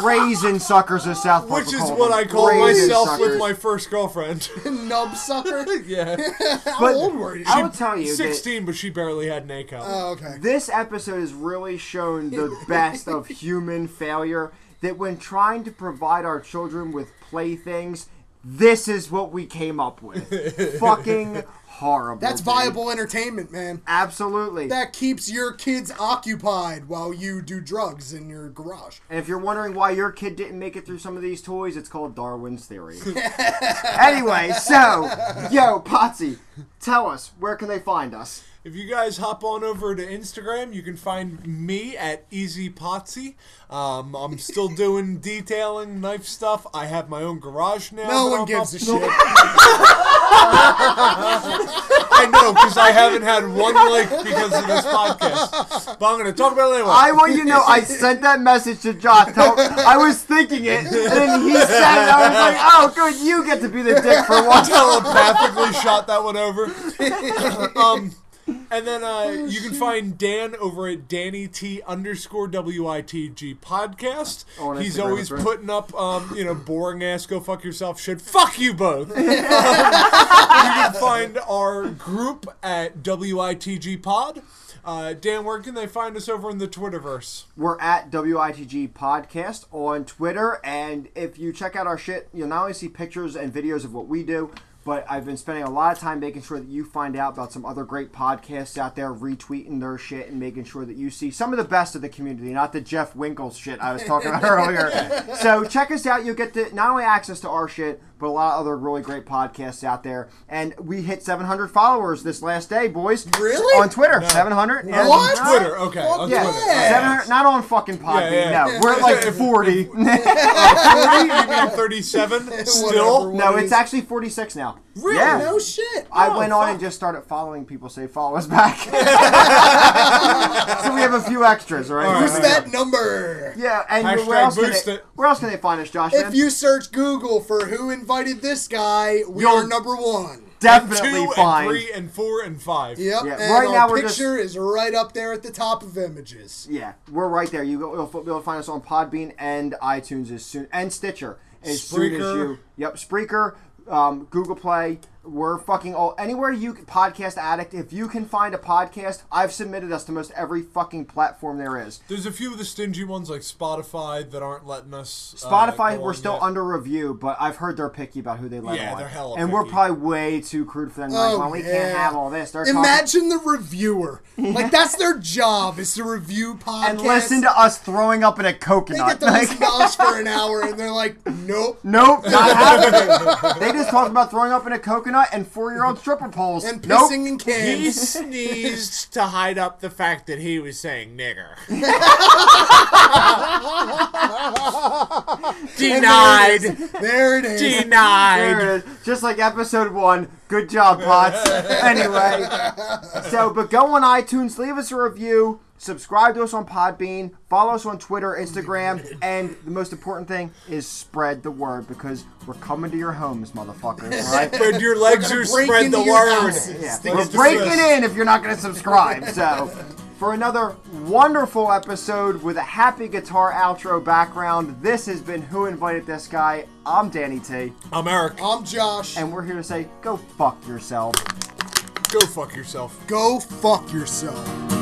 Speaker 2: raisin suckers of South Park.
Speaker 4: Which
Speaker 2: were
Speaker 4: is
Speaker 2: called
Speaker 4: what
Speaker 2: them.
Speaker 4: I called
Speaker 2: Raisin
Speaker 4: myself with
Speaker 2: suckers.
Speaker 4: my first girlfriend.
Speaker 1: Nub sucker.
Speaker 4: yeah,
Speaker 1: How
Speaker 2: But-
Speaker 1: old were you?
Speaker 2: I will tell you, that
Speaker 4: sixteen, but she barely had an A cup.
Speaker 1: Oh, okay.
Speaker 2: this episode has really shown the best of human failure. That when trying to provide our children with playthings, this is what we came up with. fucking horrible.
Speaker 1: That's
Speaker 2: dude.
Speaker 1: viable entertainment, man.
Speaker 2: Absolutely.
Speaker 1: That keeps your kids occupied while you do drugs in your garage.
Speaker 2: And if you're wondering why your kid didn't make it through some of these toys, it's called Darwin's theory. anyway, so yo, Potsy, tell us where can they find us?
Speaker 4: If you guys hop on over to Instagram, you can find me at Easy Potsy. Um, I'm still doing detailing, knife stuff. I have my own garage now.
Speaker 1: No
Speaker 4: that
Speaker 1: one
Speaker 4: I'm
Speaker 1: gives a
Speaker 4: up-
Speaker 1: shit.
Speaker 4: I know because I haven't had one like because of this podcast. But I'm going to talk about it anyway.
Speaker 2: I want you to know I sent that message to Josh. Tell, I was thinking it, and then he said it. and I was like, oh, good, you get to be the dick for once.
Speaker 4: telepathically shot that one over. um, And then uh,
Speaker 1: Oh,
Speaker 4: you can find Dan over at Danny T underscore WITG podcast.
Speaker 2: On
Speaker 4: He's
Speaker 2: Instagram,
Speaker 4: always
Speaker 2: that's right.
Speaker 4: putting up, um, you know, boring ass go fuck yourself shit. Fuck you both. Um, you can find our group at WITG pod. Uh, Dan, where can they find us over in the Twitterverse?
Speaker 2: We're at WITG Podcast on Twitter, and if you check out our shit, you'll not only see pictures and videos of what we do, but I've been spending a lot of time making sure that you find out about some other great podcasts out there, retweeting their shit and making sure that you see some of the best of the community, not the Jeff Winkles shit I was talking about earlier. So check us out. You'll get to, not only access to our shit, but a lot of other really great podcasts out there. And we hit 700 followers this last day, boys.
Speaker 1: Really?
Speaker 2: On Twitter, 700. and-
Speaker 1: What?
Speaker 4: On Twitter, okay. On
Speaker 2: yeah,
Speaker 4: Twitter.
Speaker 1: yeah.
Speaker 2: Seven hundred- not on fucking Podbean.
Speaker 4: Yeah, yeah.
Speaker 2: No, we're at like forty.
Speaker 4: Uh, 40, you mean 37? Still?
Speaker 1: Whatever.
Speaker 2: no, it's actually forty-six now.
Speaker 4: Really? Oh,
Speaker 2: Yeah.
Speaker 1: No shit.
Speaker 2: I went on and just started following people. Say follow us back. so we have a few extras, right?
Speaker 4: All
Speaker 1: Who's
Speaker 4: right.
Speaker 1: that number?
Speaker 2: Yeah, and
Speaker 4: Hashtag
Speaker 2: where else, can
Speaker 4: boost
Speaker 2: they,
Speaker 4: it.
Speaker 2: where else can they find us, Josh?
Speaker 1: If
Speaker 2: man?
Speaker 1: you search Google for who invited this guy, we
Speaker 2: You'll-
Speaker 1: are number one.
Speaker 2: definitely
Speaker 4: Two
Speaker 2: find.
Speaker 4: and three and four and five.
Speaker 1: Yep.
Speaker 2: Yeah,
Speaker 1: and
Speaker 2: right
Speaker 1: our
Speaker 2: now we're just-
Speaker 1: picture is right up there at the top of images.
Speaker 2: Yeah, we're right there. You go, you'll be able to find us on Podbean and iTunes as soon and Stitcher as soon as
Speaker 4: Spreaker.
Speaker 2: you. Yep, Spreaker, um, Google Play. We're fucking all anywhere you can- podcast addict. If you can find a podcast, I've submitted us to most every fucking platform there is.
Speaker 4: There's a few of the stingy ones like Spotify that aren't letting us. uh,
Speaker 2: Spotify,
Speaker 4: go
Speaker 2: we're
Speaker 4: on
Speaker 2: still
Speaker 4: yet.
Speaker 2: under review, but I've heard they're picky about who they let
Speaker 4: Yeah,
Speaker 2: on.
Speaker 4: they're hella
Speaker 2: and we're
Speaker 4: picky.
Speaker 2: probably way too crude for them. Like,
Speaker 1: Oh,
Speaker 2: well, we
Speaker 1: yeah.
Speaker 2: can't have all this. They're talking-
Speaker 1: Imagine the reviewer. Like that's their job is to review podcasts.
Speaker 2: and listen to us throwing up in a
Speaker 1: they get
Speaker 2: coconut.
Speaker 1: to
Speaker 2: Like-
Speaker 1: listen to us for an hour, and they're like, "Nope."
Speaker 2: Nope, not happening. they just talked about throwing up in a coconut and four-year-old stripper poles.
Speaker 1: And
Speaker 2: nope.
Speaker 1: pissing in
Speaker 7: He
Speaker 1: cans.
Speaker 7: sneezed to hide up the fact that he was saying nigger. Denied.
Speaker 1: There it is.
Speaker 7: Denied.
Speaker 2: There it is. Just like episode one. Good job, Potts. anyway, so but go on iTunes, leave us a review, subscribe to us on Podbean, follow us on Twitter, Instagram, and the most important thing is spread the word because we're coming to your homes, motherfuckers. All right?
Speaker 4: Spread your legs or
Speaker 1: break
Speaker 4: spread
Speaker 1: into
Speaker 4: the
Speaker 1: your
Speaker 4: word.
Speaker 1: houses.
Speaker 2: Yeah,
Speaker 1: They
Speaker 2: we're
Speaker 1: get to
Speaker 2: breaking
Speaker 4: first.
Speaker 2: in if you're not going to subscribe. So, for another wonderful episode with a happy guitar outro background, this has been Who Invited This Guy. I'm Danny T,
Speaker 4: I'm Eric.
Speaker 1: I'm Josh.
Speaker 2: and we're here to say, go fuck yourself.
Speaker 4: Go fuck yourself.
Speaker 1: Go fuck yourself.